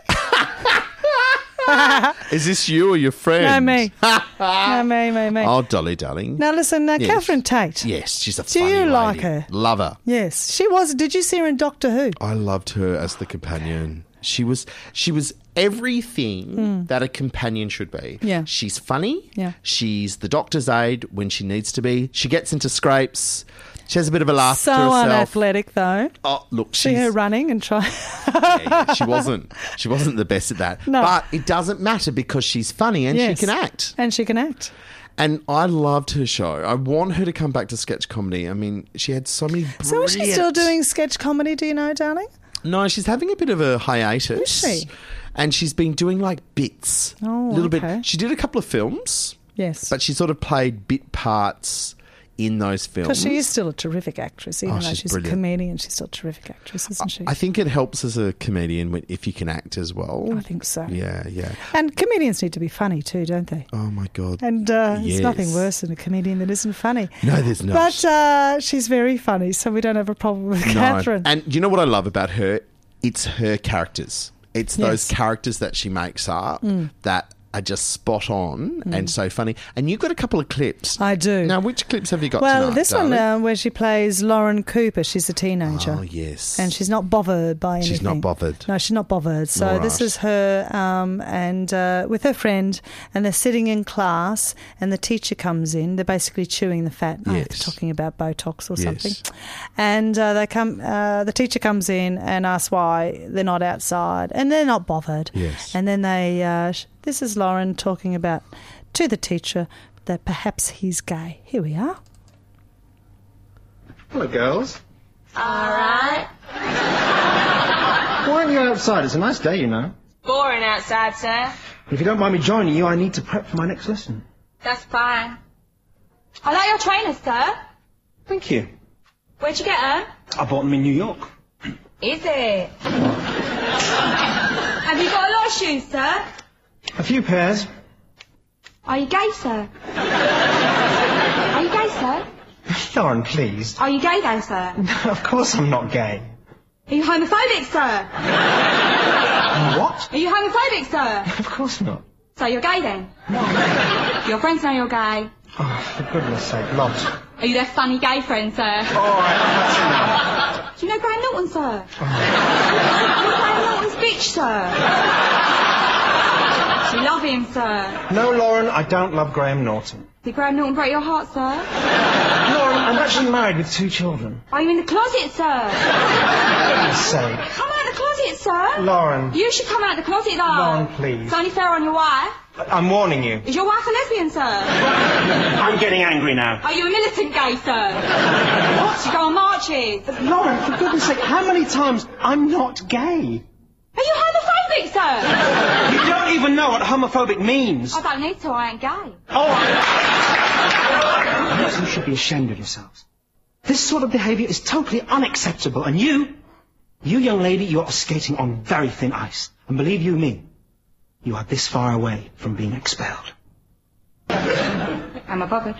Speaker 1: Is this you or your friend?
Speaker 2: no me, no me, me, me.
Speaker 1: Oh, Dolly, darling.
Speaker 2: Now listen, uh,
Speaker 1: Yes.
Speaker 2: Catherine Tate.
Speaker 1: Yes, she's a
Speaker 2: Do
Speaker 1: funny
Speaker 2: you like
Speaker 1: lady.
Speaker 2: her?
Speaker 1: Love her.
Speaker 2: Yes, she was. Did you see her in Doctor Who?
Speaker 1: I loved her as the companion. She was she was everything that a companion should be.
Speaker 2: Hmm. Yeah.
Speaker 1: She's funny.
Speaker 2: Yeah.
Speaker 1: She's the doctor's aide when she needs to be. She gets into scrapes. She has a bit of a laugh
Speaker 2: So
Speaker 1: to herself.
Speaker 2: unathletic, though.
Speaker 1: Oh, look, she's,
Speaker 2: See her running and try.
Speaker 1: yeah, yeah, she wasn't. She wasn't the best at that.
Speaker 2: No.
Speaker 1: But it doesn't matter because she's funny and
Speaker 2: Yes.
Speaker 1: she can act.
Speaker 2: and she can act.
Speaker 1: And I loved her show. I want her to come back to sketch comedy. I mean, she had so many. Brilliant...
Speaker 2: So is she still doing sketch comedy? Do you know, darling?
Speaker 1: No, she's having a bit of a hiatus.
Speaker 2: Is she?
Speaker 1: And she's been doing like bits. a
Speaker 2: Oh,
Speaker 1: little
Speaker 2: okay.
Speaker 1: bit. She did a couple of films,
Speaker 2: Yes,
Speaker 1: but she sort of played bit parts in those
Speaker 2: But
Speaker 1: films.
Speaker 2: she is still a terrific actress, even
Speaker 1: Oh,
Speaker 2: though she's,
Speaker 1: she's
Speaker 2: a
Speaker 1: brilliant.
Speaker 2: comedian. She's still a terrific actress, isn't she?
Speaker 1: I think it helps as a comedian when, if you can act as well.
Speaker 2: I think so.
Speaker 1: Yeah, yeah.
Speaker 2: And comedians need to be funny too, don't they?
Speaker 1: Oh my god.
Speaker 2: And uh, there's nothing
Speaker 1: Yes.
Speaker 2: worse than a comedian that isn't funny.
Speaker 1: No, there's not.
Speaker 2: But uh, she's very funny, so we don't have a problem with
Speaker 1: No.
Speaker 2: Catherine.
Speaker 1: And you know what I love about her? It's her characters. It's those
Speaker 2: Yes. Mm.
Speaker 1: characters that she makes up that are just spot on and so funny. And you've got a couple of clips.
Speaker 2: I do.
Speaker 1: Now, which clips have you got?
Speaker 2: well,
Speaker 1: tonight,
Speaker 2: this one
Speaker 1: darling?
Speaker 2: uh, where she plays Lauren Cooper. She's a teenager.
Speaker 1: Oh yes,
Speaker 2: And she's not bothered by anything.
Speaker 1: She's not bothered.
Speaker 2: No, she's not bothered. So
Speaker 1: All
Speaker 2: this
Speaker 1: right.
Speaker 2: is her um, and uh, with her friend, and they're sitting in class, and the teacher comes in. They're basically chewing the fat. Oh, they're
Speaker 1: Yes.
Speaker 2: talking about Botox or
Speaker 1: Yes.
Speaker 2: something. And uh, they come. Uh, the teacher comes in and asks why they're not outside, and they're not bothered.
Speaker 1: Yes.
Speaker 2: And then they. Uh, sh- this is Lauren talking about to the teacher. that perhaps he's gay. Here we are.
Speaker 8: Hello, girls. All right. Why aren't you outside? It's a nice day, you know.
Speaker 9: Boring outside, sir.
Speaker 8: If you don't mind me joining you, I need to prep for my next lesson.
Speaker 9: That's fine. I like your trainers, sir.
Speaker 8: Thank you.
Speaker 9: Where'd you get them?
Speaker 8: I bought them in New York.
Speaker 9: Is it? Have you got a lot of shoes, sir?
Speaker 8: A few pairs.
Speaker 9: Are you gay, sir? Are you gay, sir?
Speaker 8: Lauren, please.
Speaker 9: Are you gay then, sir?
Speaker 8: of course I'm not gay.
Speaker 9: Are you homophobic, sir?
Speaker 8: What?
Speaker 9: Are you homophobic, sir?
Speaker 8: Of course not.
Speaker 9: So you're gay then? Your friends know you're gay.
Speaker 8: Oh, for goodness sake, Lodge.
Speaker 9: Are you their funny gay friend, sir?
Speaker 8: All right, that's enough.
Speaker 9: Do you know Graham Norton, sir?
Speaker 8: Oh.
Speaker 9: You're Graham Norton's bitch, sir. She love him, sir.
Speaker 8: No, Lauren, I don't love Graham Norton.
Speaker 9: Did Graham Norton break your heart, sir?
Speaker 8: Lauren, I'm actually married with two children.
Speaker 9: Are you in the closet, sir?
Speaker 8: For goodness sake.
Speaker 9: Come out of the closet, sir.
Speaker 8: Lauren,
Speaker 9: You should come out of the closet, though.
Speaker 8: Lauren, please.
Speaker 9: It's only fair on your wife.
Speaker 8: I'm warning you.
Speaker 9: Is your wife a lesbian, sir?
Speaker 8: I'm getting angry now.
Speaker 9: Are you a militant gay, sir? What? You go on marches.
Speaker 8: Lauren, for goodness sake, how many times? I'm not gay.
Speaker 9: Are you homophobic, sir?
Speaker 8: You don't even know what homophobic means.
Speaker 9: I don't need to, I ain't gay.
Speaker 8: Oh, I... Perhaps you should be ashamed of yourselves. This sort of behaviour is totally unacceptable, and you, you young lady, you are skating on very thin ice. And believe you me, you are this far away from being expelled.
Speaker 9: I'm a bugger.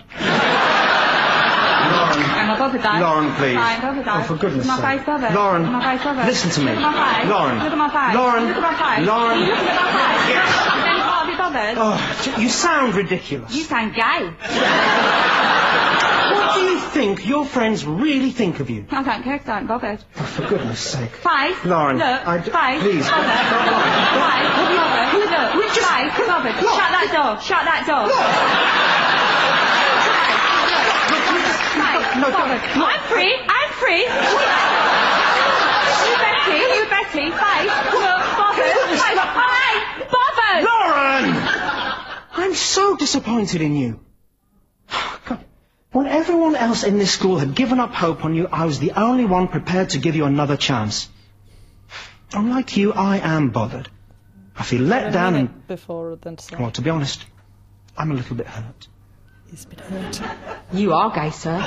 Speaker 8: Lauren,
Speaker 9: I'm a bugger, though.
Speaker 8: Lauren, please.
Speaker 9: I'm a bugger, though.
Speaker 8: Oh, for goodness
Speaker 9: Look at my
Speaker 8: sake.
Speaker 9: face, bugger.
Speaker 8: Lauren,
Speaker 9: Look at my face, bugger.
Speaker 8: listen to me.
Speaker 9: Look at my face.
Speaker 8: Lauren.
Speaker 9: Look at my face.
Speaker 8: Lauren.
Speaker 9: Look at my face.
Speaker 8: Lauren.
Speaker 9: You Look at my face.
Speaker 8: Yes.
Speaker 9: Is any part of you bothered?
Speaker 8: oh, t- you sound ridiculous.
Speaker 9: You sound gay.
Speaker 8: What do you think your friends really think of you?
Speaker 9: I don't care 'cause I ain't bothered.
Speaker 8: Oh, for goodness sake.
Speaker 9: Face.
Speaker 8: Lauren,
Speaker 9: Look.
Speaker 8: I d-
Speaker 9: face.
Speaker 8: please.
Speaker 9: Bothered. Look. Face. Bothered. Look.
Speaker 8: just-
Speaker 9: Face. Bothered.
Speaker 8: Look.
Speaker 9: Shut that door. Shut that door. Face.
Speaker 8: No, don't-
Speaker 9: Bothered. I'm free. I'm free. You Betty. You Betty. Face. Look. Bothered. Face. I ain't bothered.
Speaker 8: Lauren! I'm so disappointed in you. God. When everyone else in this school had given up hope on you, I was the only one prepared to give you another chance. Unlike you, I am bothered. I feel let down and,
Speaker 2: Before the song
Speaker 8: well, to be honest, I'm a little bit hurt.
Speaker 2: is a bit hurt.
Speaker 9: You are gay, sir.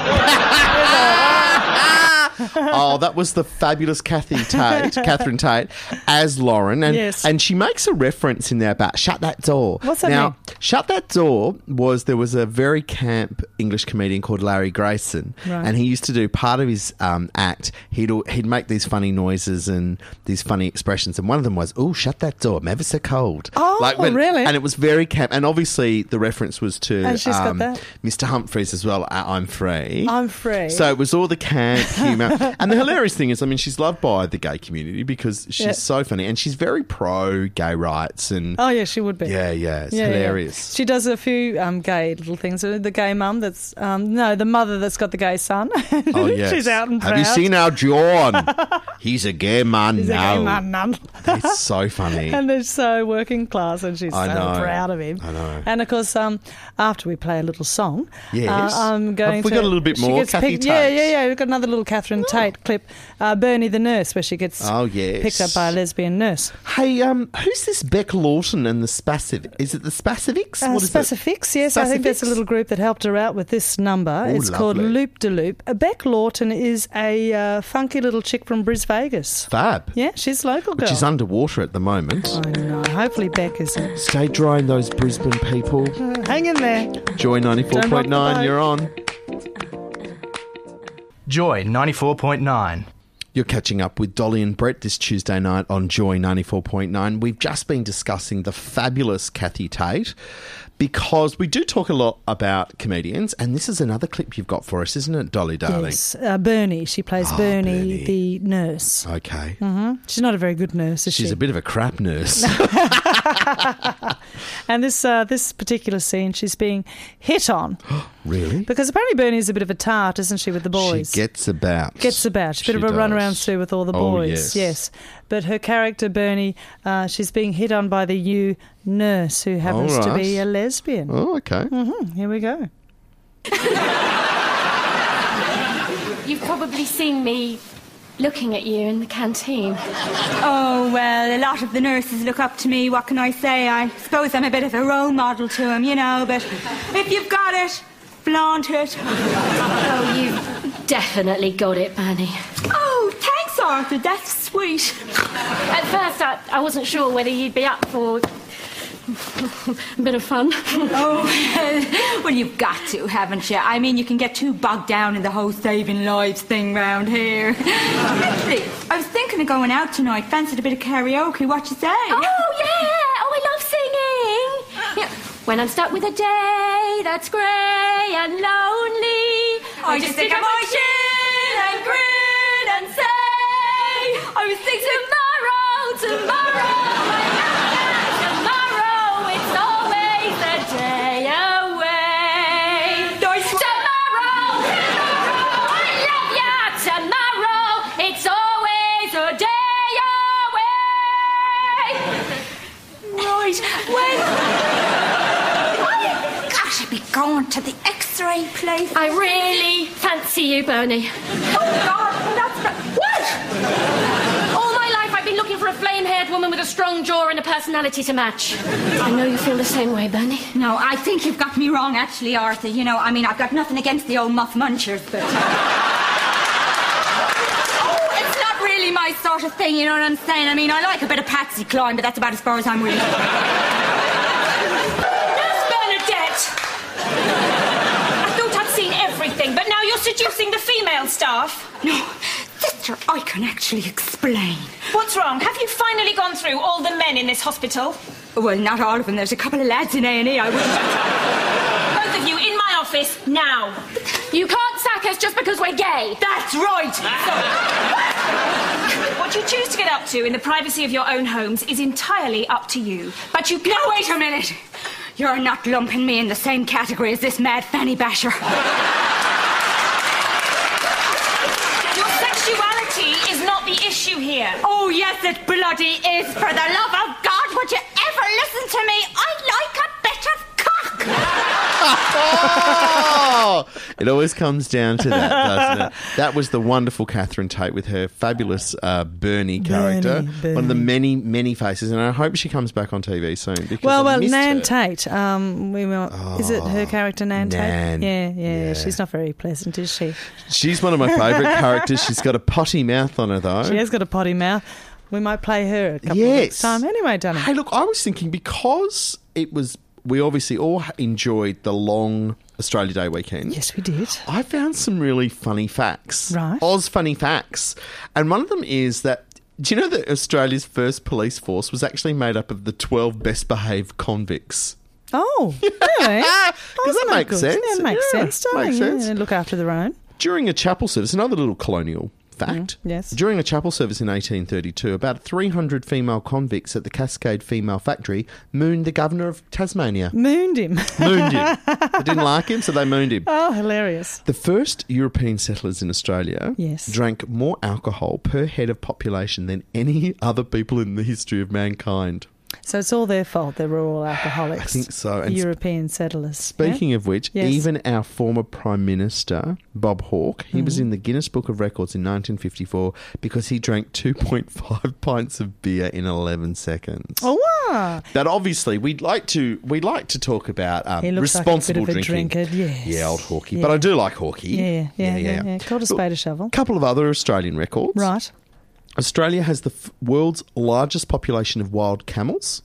Speaker 1: oh, that was the fabulous Kathy Tate, Catherine Tate, as Lauren, and
Speaker 2: Yes.
Speaker 1: and she makes a reference in there about shut that door.
Speaker 2: What's that
Speaker 1: now?
Speaker 2: mean?
Speaker 1: Shut that door was there was a very camp English comedian called Larry Grayson,
Speaker 2: Right.
Speaker 1: and he used to do part of his um, act. He'd al- he'd make these funny noises and these funny expressions, and one of them was, "Oh, shut that door, I'm ever so cold."
Speaker 2: Oh, really?
Speaker 1: And it was very camp, and obviously the reference was to
Speaker 2: And she's got
Speaker 1: um,
Speaker 2: that.
Speaker 1: Mr. Humphreys as well. I- I'm free.
Speaker 2: I'm free.
Speaker 1: So it was all the camp humour. and the hilarious thing is, I mean, she's loved by the gay community because she's
Speaker 2: Yeah.
Speaker 1: so funny and she's very pro gay rights and
Speaker 2: Oh yeah, she would be.
Speaker 1: yeah, yeah, it's
Speaker 2: Yeah, yeah.
Speaker 1: hilarious.
Speaker 2: She does a few um, gay little things. Uh, The gay mum that's um, no, the mother that's got the gay son.
Speaker 1: Oh yes.
Speaker 2: she's out and
Speaker 1: Have
Speaker 2: proud.
Speaker 1: you seen our John? He's a gay man
Speaker 2: He's
Speaker 1: now.
Speaker 2: a gay mum, mum.
Speaker 1: It's so funny.
Speaker 2: and they're so working class, and she's
Speaker 1: I
Speaker 2: so
Speaker 1: know.
Speaker 2: proud of him.
Speaker 1: I know.
Speaker 2: And of course, um, after we play a little song, uh,
Speaker 1: Yes.
Speaker 2: I'm going.
Speaker 1: Have we
Speaker 2: to-
Speaker 1: got a little bit
Speaker 2: she
Speaker 1: more
Speaker 2: gets
Speaker 1: Kathy
Speaker 2: picked- Yeah,
Speaker 1: Tate?
Speaker 2: yeah, yeah. We've got another little Catherine Tate clip, uh, Bernie the nurse, where she gets
Speaker 1: Oh, yes.
Speaker 2: picked up by a lesbian nurse.
Speaker 1: hey, um, who's this Beck Lawton and the Spaciv? Is it the Spacifics?
Speaker 2: Uh,
Speaker 1: what is it?
Speaker 2: Spacifics, yes, I think that's a
Speaker 1: Spacifics?
Speaker 2: little group that helped her out with this number.
Speaker 1: Ooh,
Speaker 2: it's called
Speaker 1: lovely.
Speaker 2: Loop de Loop. Uh, Beck Lawton is a uh, funky little chick from Bris Vegas.
Speaker 1: Fab.
Speaker 2: Yeah, she's a local girl.
Speaker 1: She's underwater at the moment.
Speaker 2: I know. Hopefully, Beck isn't.
Speaker 1: Stay dry in those Brisbane people.
Speaker 2: Hang in there.
Speaker 1: Joy
Speaker 2: Don't rock the
Speaker 1: 94.9,
Speaker 2: boat.
Speaker 1: you're on.
Speaker 3: Joy 94.9.
Speaker 1: You're catching up with Dolly and Brett this Tuesday night on Joy 94.9. We've just been discussing the fabulous Kathy Tate because we do talk a lot about comedians, and this is another clip you've got for us, isn't it, Dolly, darling?
Speaker 2: Yes, uh, Bernie. She plays Bernie,
Speaker 1: Ah, Bernie.
Speaker 2: the nurse.
Speaker 1: Okay.
Speaker 2: She's not a very good nurse, is
Speaker 1: She's
Speaker 2: Mm-hmm. she?
Speaker 1: a bit of a crap nurse.
Speaker 2: and this uh, this particular scene, she's being hit on
Speaker 1: Really?
Speaker 2: because apparently Bernie's a bit of a tart, isn't she, with the boys?
Speaker 1: She gets about.
Speaker 2: Gets about. She's a bit of a
Speaker 1: does.
Speaker 2: runaround Sue with all the
Speaker 1: Oh,
Speaker 2: boys.
Speaker 1: yes.
Speaker 2: But her character, Bernie, uh, she's being hit on by the new nurse who happens
Speaker 1: All
Speaker 2: to
Speaker 1: right.
Speaker 2: be a lesbian.
Speaker 1: Oh, okay.
Speaker 2: Mm-hmm. Here we go.
Speaker 9: You've probably seen me looking at you in the canteen.
Speaker 4: Oh, well, a lot of the nurses look up to me. What can I say? I suppose I'm a bit of a role model to them, you know, but if you've got it, flaunt it.
Speaker 9: Oh, you've definitely got it, Bernie.
Speaker 4: Oh, thanks, Arthur. That's sweet.
Speaker 9: At first, I, I wasn't sure whether you'd be up for a bit of fun.
Speaker 4: Oh, well, you've got to, haven't you? I mean, you can get too bogged down in the whole saving lives thing round here. Actually, I was thinking of going out tonight. Fancied a bit of karaoke. What you say?
Speaker 9: Oh, yeah! Oh, I love singing! Yeah. When I'm stuck with a day that's grey and lonely,
Speaker 4: I just think I'm my
Speaker 9: chin and grin and say, I was thinking tomorrow, tomorrow, I know that tomorrow, it's always a day away.
Speaker 4: Nice one.
Speaker 9: Tomorrow, tomorrow, I love ya, tomorrow, it's always a day away.
Speaker 4: Right. Well, I gotta be going to the X-ray place.
Speaker 9: I really fancy you, Bernie.
Speaker 4: Oh God, that's not... what?
Speaker 9: All my life I've been looking for a flame haired woman with a strong jaw and a personality to match. I know you feel the same way, Bernie.
Speaker 4: No, I think you've got me wrong, actually, Arthur. You know, I mean, I've got nothing against the old muff munchers, but. Oh, it's not really my sort of thing, you know what I'm saying? I mean, I like a bit of Patsy Cline, but that's about as far as I'm really.
Speaker 9: Nurse Bernadette! I thought I'd seen everything, but now you're seducing the female staff.
Speaker 4: No, sister, I can actually explain.
Speaker 9: What's wrong? Have you finally gone through all the men in this hospital?
Speaker 4: Well, not all of them. There's a couple of lads in A&E I wouldn't...
Speaker 9: Both of you in my office now. You can't sack us just because we're gay.
Speaker 4: That's right!
Speaker 9: What you choose to get up to in the privacy of your own homes is entirely up to you. But you
Speaker 4: No, wait a minute. You're not lumping me in the same category as this mad fanny basher.
Speaker 9: Your sexuality is not the issue here.
Speaker 4: Oh, yes, it bloody is. For the love of God, would you ever listen to me? I like a bit of cock.
Speaker 1: Oh! it always comes down to that, doesn't it? That was the wonderful Catherine Tate with her fabulous uh, Bernie character, one of the many, many faces. And I hope she comes back on TV soon. Because
Speaker 2: Well,
Speaker 1: I
Speaker 2: well,
Speaker 1: missed
Speaker 2: Nan
Speaker 1: her. Ah,
Speaker 2: Tate. Um, we were, is it her character, Nan,
Speaker 1: Nan.
Speaker 2: Tate? Yeah, yeah,
Speaker 1: Yeah.
Speaker 2: She's not very pleasant, is she?
Speaker 1: She's one of my favourite characters. She's got a potty mouth on her though.
Speaker 2: She has got a potty mouth. We might play her a couple of
Speaker 1: Oh. Yes.
Speaker 2: weeks time anyway, Danny.
Speaker 1: Hey, look, I was thinking because it was we obviously all enjoyed the long Australia Day weekend.
Speaker 2: Yes, we did.
Speaker 1: I found some really funny facts.
Speaker 2: Right.
Speaker 1: Oz funny facts. And one of them is that do you know that Australia's first police force was actually made up of the 12 best behaved convicts?
Speaker 2: Oh, really? Oh,
Speaker 1: Does that
Speaker 2: no
Speaker 1: make
Speaker 2: good.
Speaker 1: sense?
Speaker 2: Yeah, it makes
Speaker 1: Yeah,
Speaker 2: sense, darling.
Speaker 1: makes
Speaker 2: Yeah,
Speaker 1: sense.
Speaker 2: they look after their own.
Speaker 1: During a chapel service, another little colonial fact.
Speaker 2: Mm, yes.
Speaker 1: During a chapel service in 1832, about 300 female convicts at the Cascade Female Factory mooned the governor of Tasmania.
Speaker 2: Mooned him.
Speaker 1: Mooned him. they didn't like him, so they mooned him.
Speaker 2: oh, hilarious.
Speaker 1: The first European settlers in Australia
Speaker 2: Yes.
Speaker 1: drank more alcohol per head of population than any other people in the history of mankind.
Speaker 2: So it's all their fault. They were all alcoholics.
Speaker 1: I think so. And sp-
Speaker 2: European settlers.
Speaker 1: Speaking of which,
Speaker 2: Yes.
Speaker 1: even our former Prime Minister, Bob Hawke, he
Speaker 2: Mm-hmm.
Speaker 1: was in the Guinness Book of Records in 1954 because he drank 2.5 pints of beer in 11 seconds.
Speaker 2: Yeah? Oh, wow.
Speaker 1: That obviously we'd like to we like to talk about um,
Speaker 2: He looks like a bit
Speaker 1: responsible
Speaker 2: of a
Speaker 1: drinking.
Speaker 2: drinker, yes.
Speaker 1: Yeah, old Hawkey.
Speaker 2: Yeah.
Speaker 1: But I do like Hawkey.
Speaker 2: Yeah, yeah, yeah, yeah. Called a spade a shovel.
Speaker 1: couple of other Australian records.
Speaker 2: Right.
Speaker 1: Australia has the f- world's largest population of wild camels.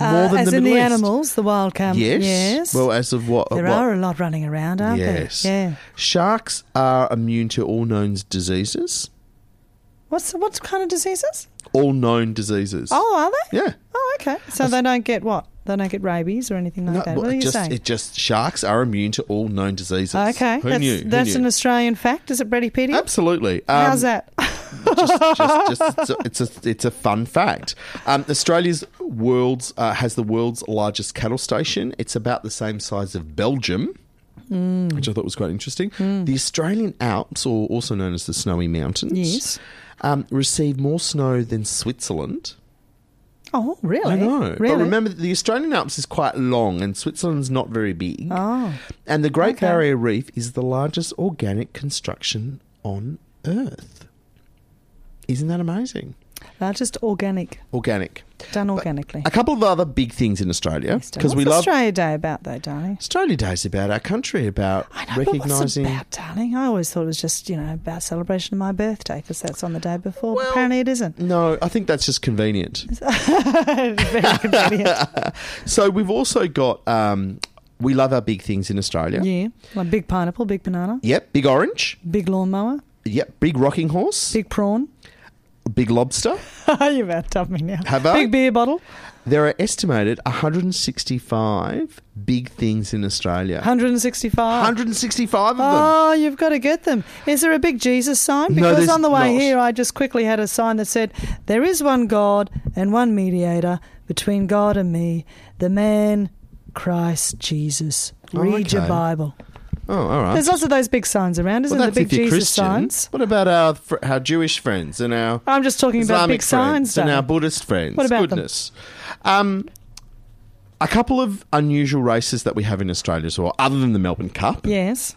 Speaker 2: Uh, as in the
Speaker 1: Middle East.
Speaker 2: animals, the wild camel.
Speaker 1: Yes.
Speaker 2: Yes.
Speaker 1: Well, as of what?
Speaker 2: there
Speaker 1: what-
Speaker 2: are a lot running around, aren't
Speaker 1: Yes.
Speaker 2: there? Yeah.
Speaker 1: Sharks are immune to all known diseases.
Speaker 2: What's what kind of diseases?
Speaker 1: All known diseases.
Speaker 2: Oh, are they?
Speaker 1: Yeah.
Speaker 2: Oh, okay. So they don't get what? They don't get rabies or anything like
Speaker 1: No,
Speaker 2: that.
Speaker 1: well,
Speaker 2: What are
Speaker 1: it
Speaker 2: you
Speaker 1: just,
Speaker 2: saying?
Speaker 1: It just sharks are immune to all known diseases.
Speaker 2: okay.
Speaker 1: Who
Speaker 2: that's
Speaker 1: knew? Who
Speaker 2: that's
Speaker 1: knew?
Speaker 2: an Australian fact, is it, Brady Petty?
Speaker 1: Absolutely. Um,
Speaker 2: How's that?
Speaker 1: just, just, just so it's a it's a fun fact. Um, Australia's world's uh, has the world's largest cattle station. It's about the same size of Belgium.
Speaker 2: Hmm.
Speaker 1: Which I thought was quite interesting. The Australian Alps, or also known as the Snowy Mountains,
Speaker 2: Yes.
Speaker 1: um, receive more snow than Switzerland.
Speaker 2: Oh, really?
Speaker 1: I know.
Speaker 2: Really?
Speaker 1: But remember, the Australian Alps is quite long and Switzerland's not very big.
Speaker 2: Oh.
Speaker 1: And the Great
Speaker 2: Okay.
Speaker 1: Barrier Reef is the largest organic construction on Earth. Isn't that amazing?
Speaker 2: They're just organic,
Speaker 1: Organic.
Speaker 2: done organically.
Speaker 1: A couple of other big things in Australia because we
Speaker 2: What's
Speaker 1: love
Speaker 2: Australia Day about though, darling.
Speaker 1: Australia Day is about our country, about
Speaker 2: I know, but what's it
Speaker 1: recognizing.
Speaker 2: about, darling? I always thought it was just you know about celebration of my birthday because that's on the day before.
Speaker 1: Well-
Speaker 2: but apparently, it isn't.
Speaker 1: No, I think that's just convenient.
Speaker 2: Very convenient.
Speaker 1: So we've also got um, we love our big things in Australia.
Speaker 2: yeah, like big pineapple, big banana,
Speaker 1: Yep, big orange.
Speaker 2: big lawnmower,
Speaker 1: Yep, big rocking horse.
Speaker 2: big prawn.
Speaker 1: big lobster.
Speaker 2: You're about to dump me now.
Speaker 1: Have I?
Speaker 2: Big beer bottle,
Speaker 1: There are estimated 165 big things in Australia.
Speaker 2: 165.
Speaker 1: 165 of them.
Speaker 2: Oh, you've got to get them. Is there a big Jesus sign?
Speaker 1: No,
Speaker 2: Because
Speaker 1: there's
Speaker 2: on the way
Speaker 1: not.
Speaker 2: here, I just quickly had a sign that said, There is one God and one mediator between God and me, the man Christ Jesus.
Speaker 1: Oh,
Speaker 2: Read your
Speaker 1: okay.
Speaker 2: Bible.
Speaker 1: oh, all right.
Speaker 2: There's lots of those big signs around, isn't
Speaker 1: well, that's
Speaker 2: there? The big
Speaker 1: if you're
Speaker 2: Jesus
Speaker 1: Christian.
Speaker 2: signs.
Speaker 1: What about our fr- our Jewish friends and our
Speaker 2: I'm just talking about
Speaker 1: Islamic
Speaker 2: big signs,
Speaker 1: friends and our
Speaker 2: darling.
Speaker 1: Buddhist friends?
Speaker 2: What about them?
Speaker 1: Goodness. Um, a couple of unusual races that we have in Australia as well, other than the Melbourne Cup.
Speaker 2: Yes,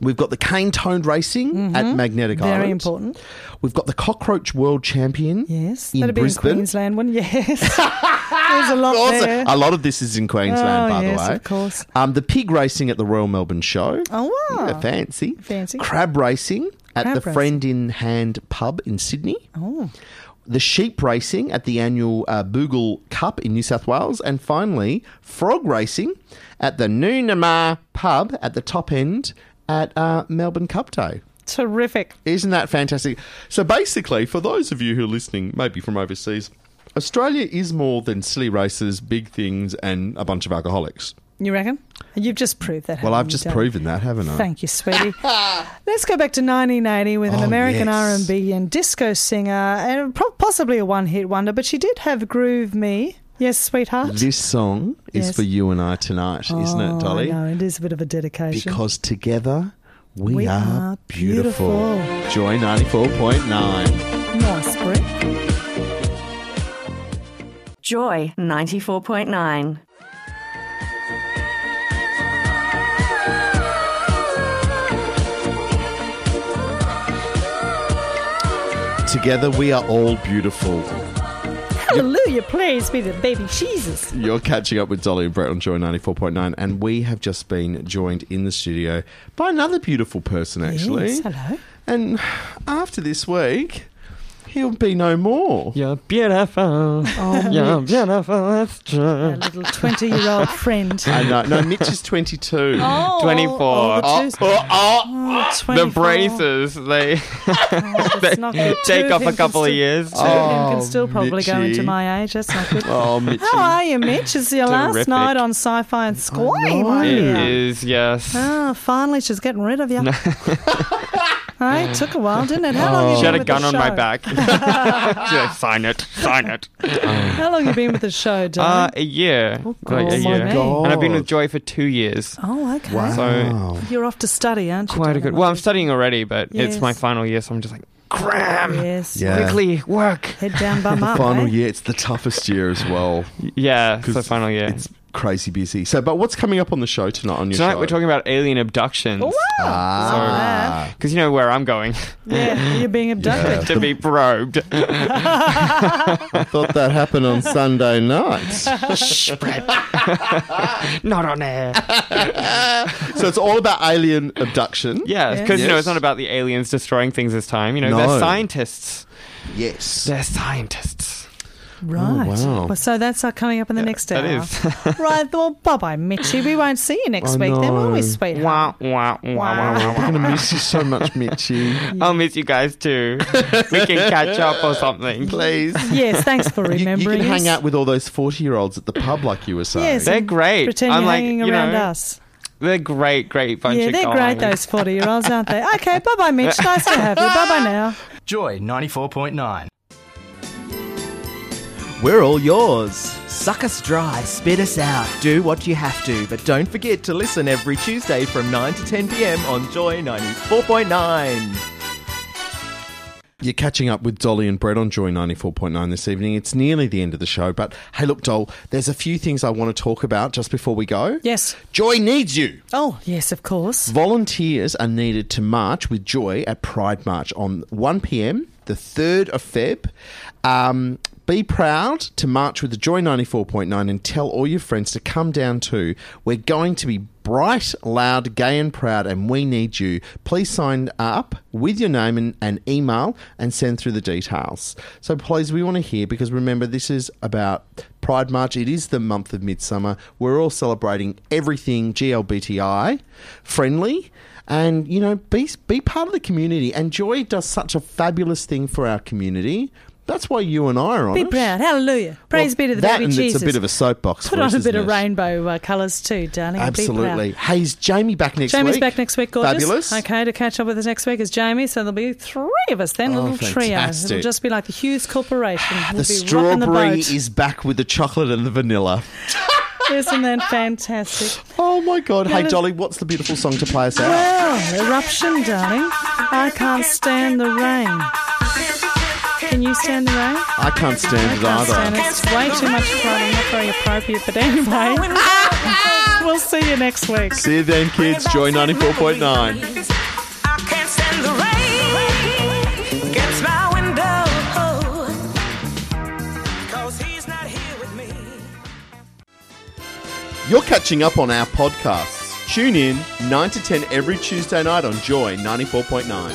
Speaker 1: We've got the cane toned racing at Magnetic Island.
Speaker 2: Mm-hmm. very important.
Speaker 1: We've got the Cockroach World Champion.
Speaker 2: Yes,
Speaker 1: in
Speaker 2: that'd be
Speaker 1: Brisbane.
Speaker 2: in Queensland, wouldn't it? Yes, there's a lot
Speaker 1: Also-
Speaker 2: there.
Speaker 1: a lot of this is in Queensland,
Speaker 2: Oh,
Speaker 1: by
Speaker 2: yes,
Speaker 1: the way.
Speaker 2: of course.
Speaker 1: Um, the pig racing at the Royal Melbourne Show.
Speaker 2: Oh, wow.
Speaker 1: Yeah, fancy.
Speaker 2: Fancy.
Speaker 1: Crab racing at
Speaker 2: Crab
Speaker 1: the
Speaker 2: racing.
Speaker 1: Friend in Hand pub in Sydney.
Speaker 2: Oh.
Speaker 1: The sheep racing at the annual uh, Boogle Cup in New South Wales. And finally, frog racing at the Noonamar pub at the top end at uh, Melbourne Cup Day.
Speaker 2: Terrific.
Speaker 1: Isn't that fantastic? So basically, for those of you who are listening, maybe from overseas, Australia is more than silly races, big things, and a bunch of alcoholics.
Speaker 2: You reckon? You've just proved that.
Speaker 1: Well,
Speaker 2: haven't
Speaker 1: I've
Speaker 2: you,
Speaker 1: just
Speaker 2: darling?
Speaker 1: proven that, haven't I?
Speaker 2: Mm, Thank you, sweetie. Let's go back to 1980 with an
Speaker 1: Oh,
Speaker 2: American
Speaker 1: yes.
Speaker 2: R&B and disco singer, and pro- possibly a one-hit wonder, but she did have "Groove Me." Yes, sweetheart.
Speaker 1: This song is
Speaker 2: Yes.
Speaker 1: for you and I tonight, isn't
Speaker 2: Oh,
Speaker 1: it, Dolly?
Speaker 2: I know it is a bit of a dedication.
Speaker 1: Because together we,
Speaker 2: We
Speaker 1: are,
Speaker 2: are
Speaker 1: beautiful.
Speaker 2: beautiful.
Speaker 1: Joy 94.9.
Speaker 2: nice, Brett.
Speaker 7: Joy 94.9.
Speaker 1: Together we are all beautiful.
Speaker 2: Hallelujah, praise be the baby Jesus.
Speaker 1: You're catching up with Dolly and Brett on Joy 94.9, and we have just been joined in the studio by another beautiful person, actually.
Speaker 2: Yes, hello.
Speaker 1: And after this week, he'll be no more.
Speaker 3: You're beautiful. You're beautiful. That's
Speaker 1: Oh.
Speaker 2: Our
Speaker 3: true.
Speaker 2: little 20-year-old friend.
Speaker 1: I know. uh, No, Mitch is 22.
Speaker 2: Oh,
Speaker 3: 24.
Speaker 2: all the twos.
Speaker 3: Oh, oh,
Speaker 2: Oh,
Speaker 3: the
Speaker 2: 24.
Speaker 3: braces. They
Speaker 2: Oh, that's not good. Two
Speaker 3: take
Speaker 2: of
Speaker 3: off
Speaker 2: him
Speaker 3: a
Speaker 2: can
Speaker 3: couple
Speaker 2: still-
Speaker 3: of years.
Speaker 2: Two of him can
Speaker 1: Oh,
Speaker 2: still probably go
Speaker 1: Mitchie.
Speaker 2: into my age. That's not good.
Speaker 1: Oh, Mitch.
Speaker 3: Ah.
Speaker 2: How are you, Mitch? It's your last
Speaker 3: Terrific.
Speaker 2: night on Sci Fi and Squire.
Speaker 1: know.
Speaker 2: aren't
Speaker 3: It
Speaker 2: you?
Speaker 3: is, yes.
Speaker 2: Ah, finally, she's getting rid of you. hey, it took a while, didn't it? How long you
Speaker 3: Oh. She had
Speaker 2: been
Speaker 3: a
Speaker 2: with the
Speaker 3: gun on my
Speaker 2: show?
Speaker 3: back. She's like, sign it, sign it.
Speaker 2: How long you been with the show,
Speaker 3: Uh,
Speaker 2: darling?
Speaker 3: a year.
Speaker 2: Oh,
Speaker 3: like
Speaker 2: God.
Speaker 3: a
Speaker 2: Oh, my
Speaker 3: year.
Speaker 2: God.
Speaker 3: And I've been with Joy for two years.
Speaker 2: oh, okay.
Speaker 1: Wow.
Speaker 2: You're off to study, aren't you?
Speaker 3: Quite a
Speaker 2: darling?
Speaker 3: good. Well, I'm studying already, but it's my
Speaker 2: Yes.
Speaker 3: final year, so I'm just like, cram!
Speaker 2: Yes.
Speaker 1: Yeah.
Speaker 3: Quickly, work!
Speaker 2: Head down, bum
Speaker 1: the
Speaker 2: up.
Speaker 1: final
Speaker 2: eh?
Speaker 1: year, it's the toughest year as well.
Speaker 3: Yeah, so
Speaker 1: 'Cause
Speaker 3: final year.
Speaker 1: It's crazy busy. So, but what's coming up on the show tonight on your
Speaker 3: Tonight
Speaker 1: show?
Speaker 3: we're talking about alien abductions.
Speaker 2: Oh, wow.
Speaker 1: Ah.
Speaker 3: Because you know where I'm going
Speaker 2: Yeah, you're being abducted.
Speaker 3: to be probed.
Speaker 1: I thought that happened on Sunday night.
Speaker 3: not on air.
Speaker 1: So it's all about alien abduction.
Speaker 3: Yeah, because you know
Speaker 1: Yes.
Speaker 3: it's not about the aliens destroying things this time. You know
Speaker 1: No.
Speaker 3: they're scientists.
Speaker 1: Yes.
Speaker 3: They're scientists.
Speaker 2: Right.
Speaker 1: wow.
Speaker 2: Well, so that's uh, coming up in the next hour.
Speaker 3: That is.
Speaker 2: right. Well, bye bye, Mitchy. We won't see you next
Speaker 1: I
Speaker 2: week then, will
Speaker 1: know.
Speaker 2: we, sweetheart?
Speaker 3: wah, wah, wah, wah, wah,
Speaker 1: I'm
Speaker 3: wah.
Speaker 1: going to miss you so much, Mitchie.
Speaker 3: I'll miss you guys too. we can catch up or something.
Speaker 1: Please.
Speaker 2: Yes, thanks for
Speaker 1: You,
Speaker 2: remembering.
Speaker 1: you can hang
Speaker 2: us.
Speaker 1: out with all those 40 year olds at the pub, like you were saying.
Speaker 2: Yes,
Speaker 3: They're great.
Speaker 2: Pretend
Speaker 3: I'm
Speaker 2: you're
Speaker 3: like,
Speaker 2: hanging
Speaker 3: you
Speaker 2: around
Speaker 3: know,
Speaker 2: us.
Speaker 3: They're great, great bunch
Speaker 2: Yeah,
Speaker 3: of
Speaker 2: they're
Speaker 3: guys.
Speaker 2: great, those 40 year olds, aren't they? Okay, bye bye, Mitch. Nice to have you. Bye bye now.
Speaker 10: Joy 94.9.
Speaker 3: We're all yours. Suck us dry, spit us out, do what you have to, but don't forget to listen every Tuesday from 9 to 10 pm on Joy 94.9.
Speaker 1: You're catching up with Dolly and Brett on Joy 94.9 this evening. It's nearly the end of the show, but hey, look, Doll, there's a few things I want to talk about just before we go.
Speaker 2: Yes.
Speaker 1: Joy needs you.
Speaker 2: Oh, yes, of course.
Speaker 1: Volunteers are needed to march with Joy at Pride March on 1 pm, the 3rd of Feb. Um, be proud to march with the Joy 94.9 and tell all your friends to come down too. We're going to be bright, loud, gay, and proud, and we need you. Please sign up with your name and, and email and send through the details. So, please, we want to hear because remember, this is about Pride March. It is the month of midsummer. We're all celebrating everything GLBTI friendly. And, you know, be, be part of the community. And Joy does such a fabulous thing for our community. That's why you and I are on
Speaker 2: Be
Speaker 1: it.
Speaker 2: proud. Hallelujah. Praise be to the
Speaker 1: that
Speaker 2: baby
Speaker 1: and it's
Speaker 2: Jesus.
Speaker 1: a bit of a soapbox
Speaker 2: Put
Speaker 1: for
Speaker 2: on
Speaker 1: us,
Speaker 2: a bit
Speaker 1: isn't
Speaker 2: of
Speaker 1: it?
Speaker 2: rainbow uh, colours too, darling. and be proud.
Speaker 1: Absolutely. Hey, is Jamie back next
Speaker 2: Jamie's
Speaker 1: week?
Speaker 2: back next week, gorgeous.
Speaker 1: Fabulous.
Speaker 2: Okay, to catch up with us next week is Jamie. So there'll be three of us then, a
Speaker 1: Oh,
Speaker 2: little trio.
Speaker 1: fantastic.
Speaker 2: It'll just be like the Hughes Corporation.
Speaker 1: The
Speaker 2: We'll be rocking
Speaker 1: strawberry
Speaker 2: the boat.
Speaker 1: is back with the chocolate and the vanilla.
Speaker 2: Isn't that fantastic?
Speaker 1: Oh my God.
Speaker 2: No,
Speaker 1: hey,
Speaker 2: no.
Speaker 1: Dolly, what's the beautiful song to play us out?
Speaker 2: Well, eruption, darling. I can't stand the rain. Can you stand the rain?
Speaker 1: I can't stand it
Speaker 2: can't stand
Speaker 1: either.
Speaker 2: it. It's way too much fun. Not very appropriate. But anyway, we'll see you next week.
Speaker 1: See you then, kids. Joy 94.9.
Speaker 11: I can't stand the rain against my window. 'Cause he's not here with me.
Speaker 1: You're catching up on our podcasts. Tune in 9 to 10 every Tuesday night on Joy 94.9.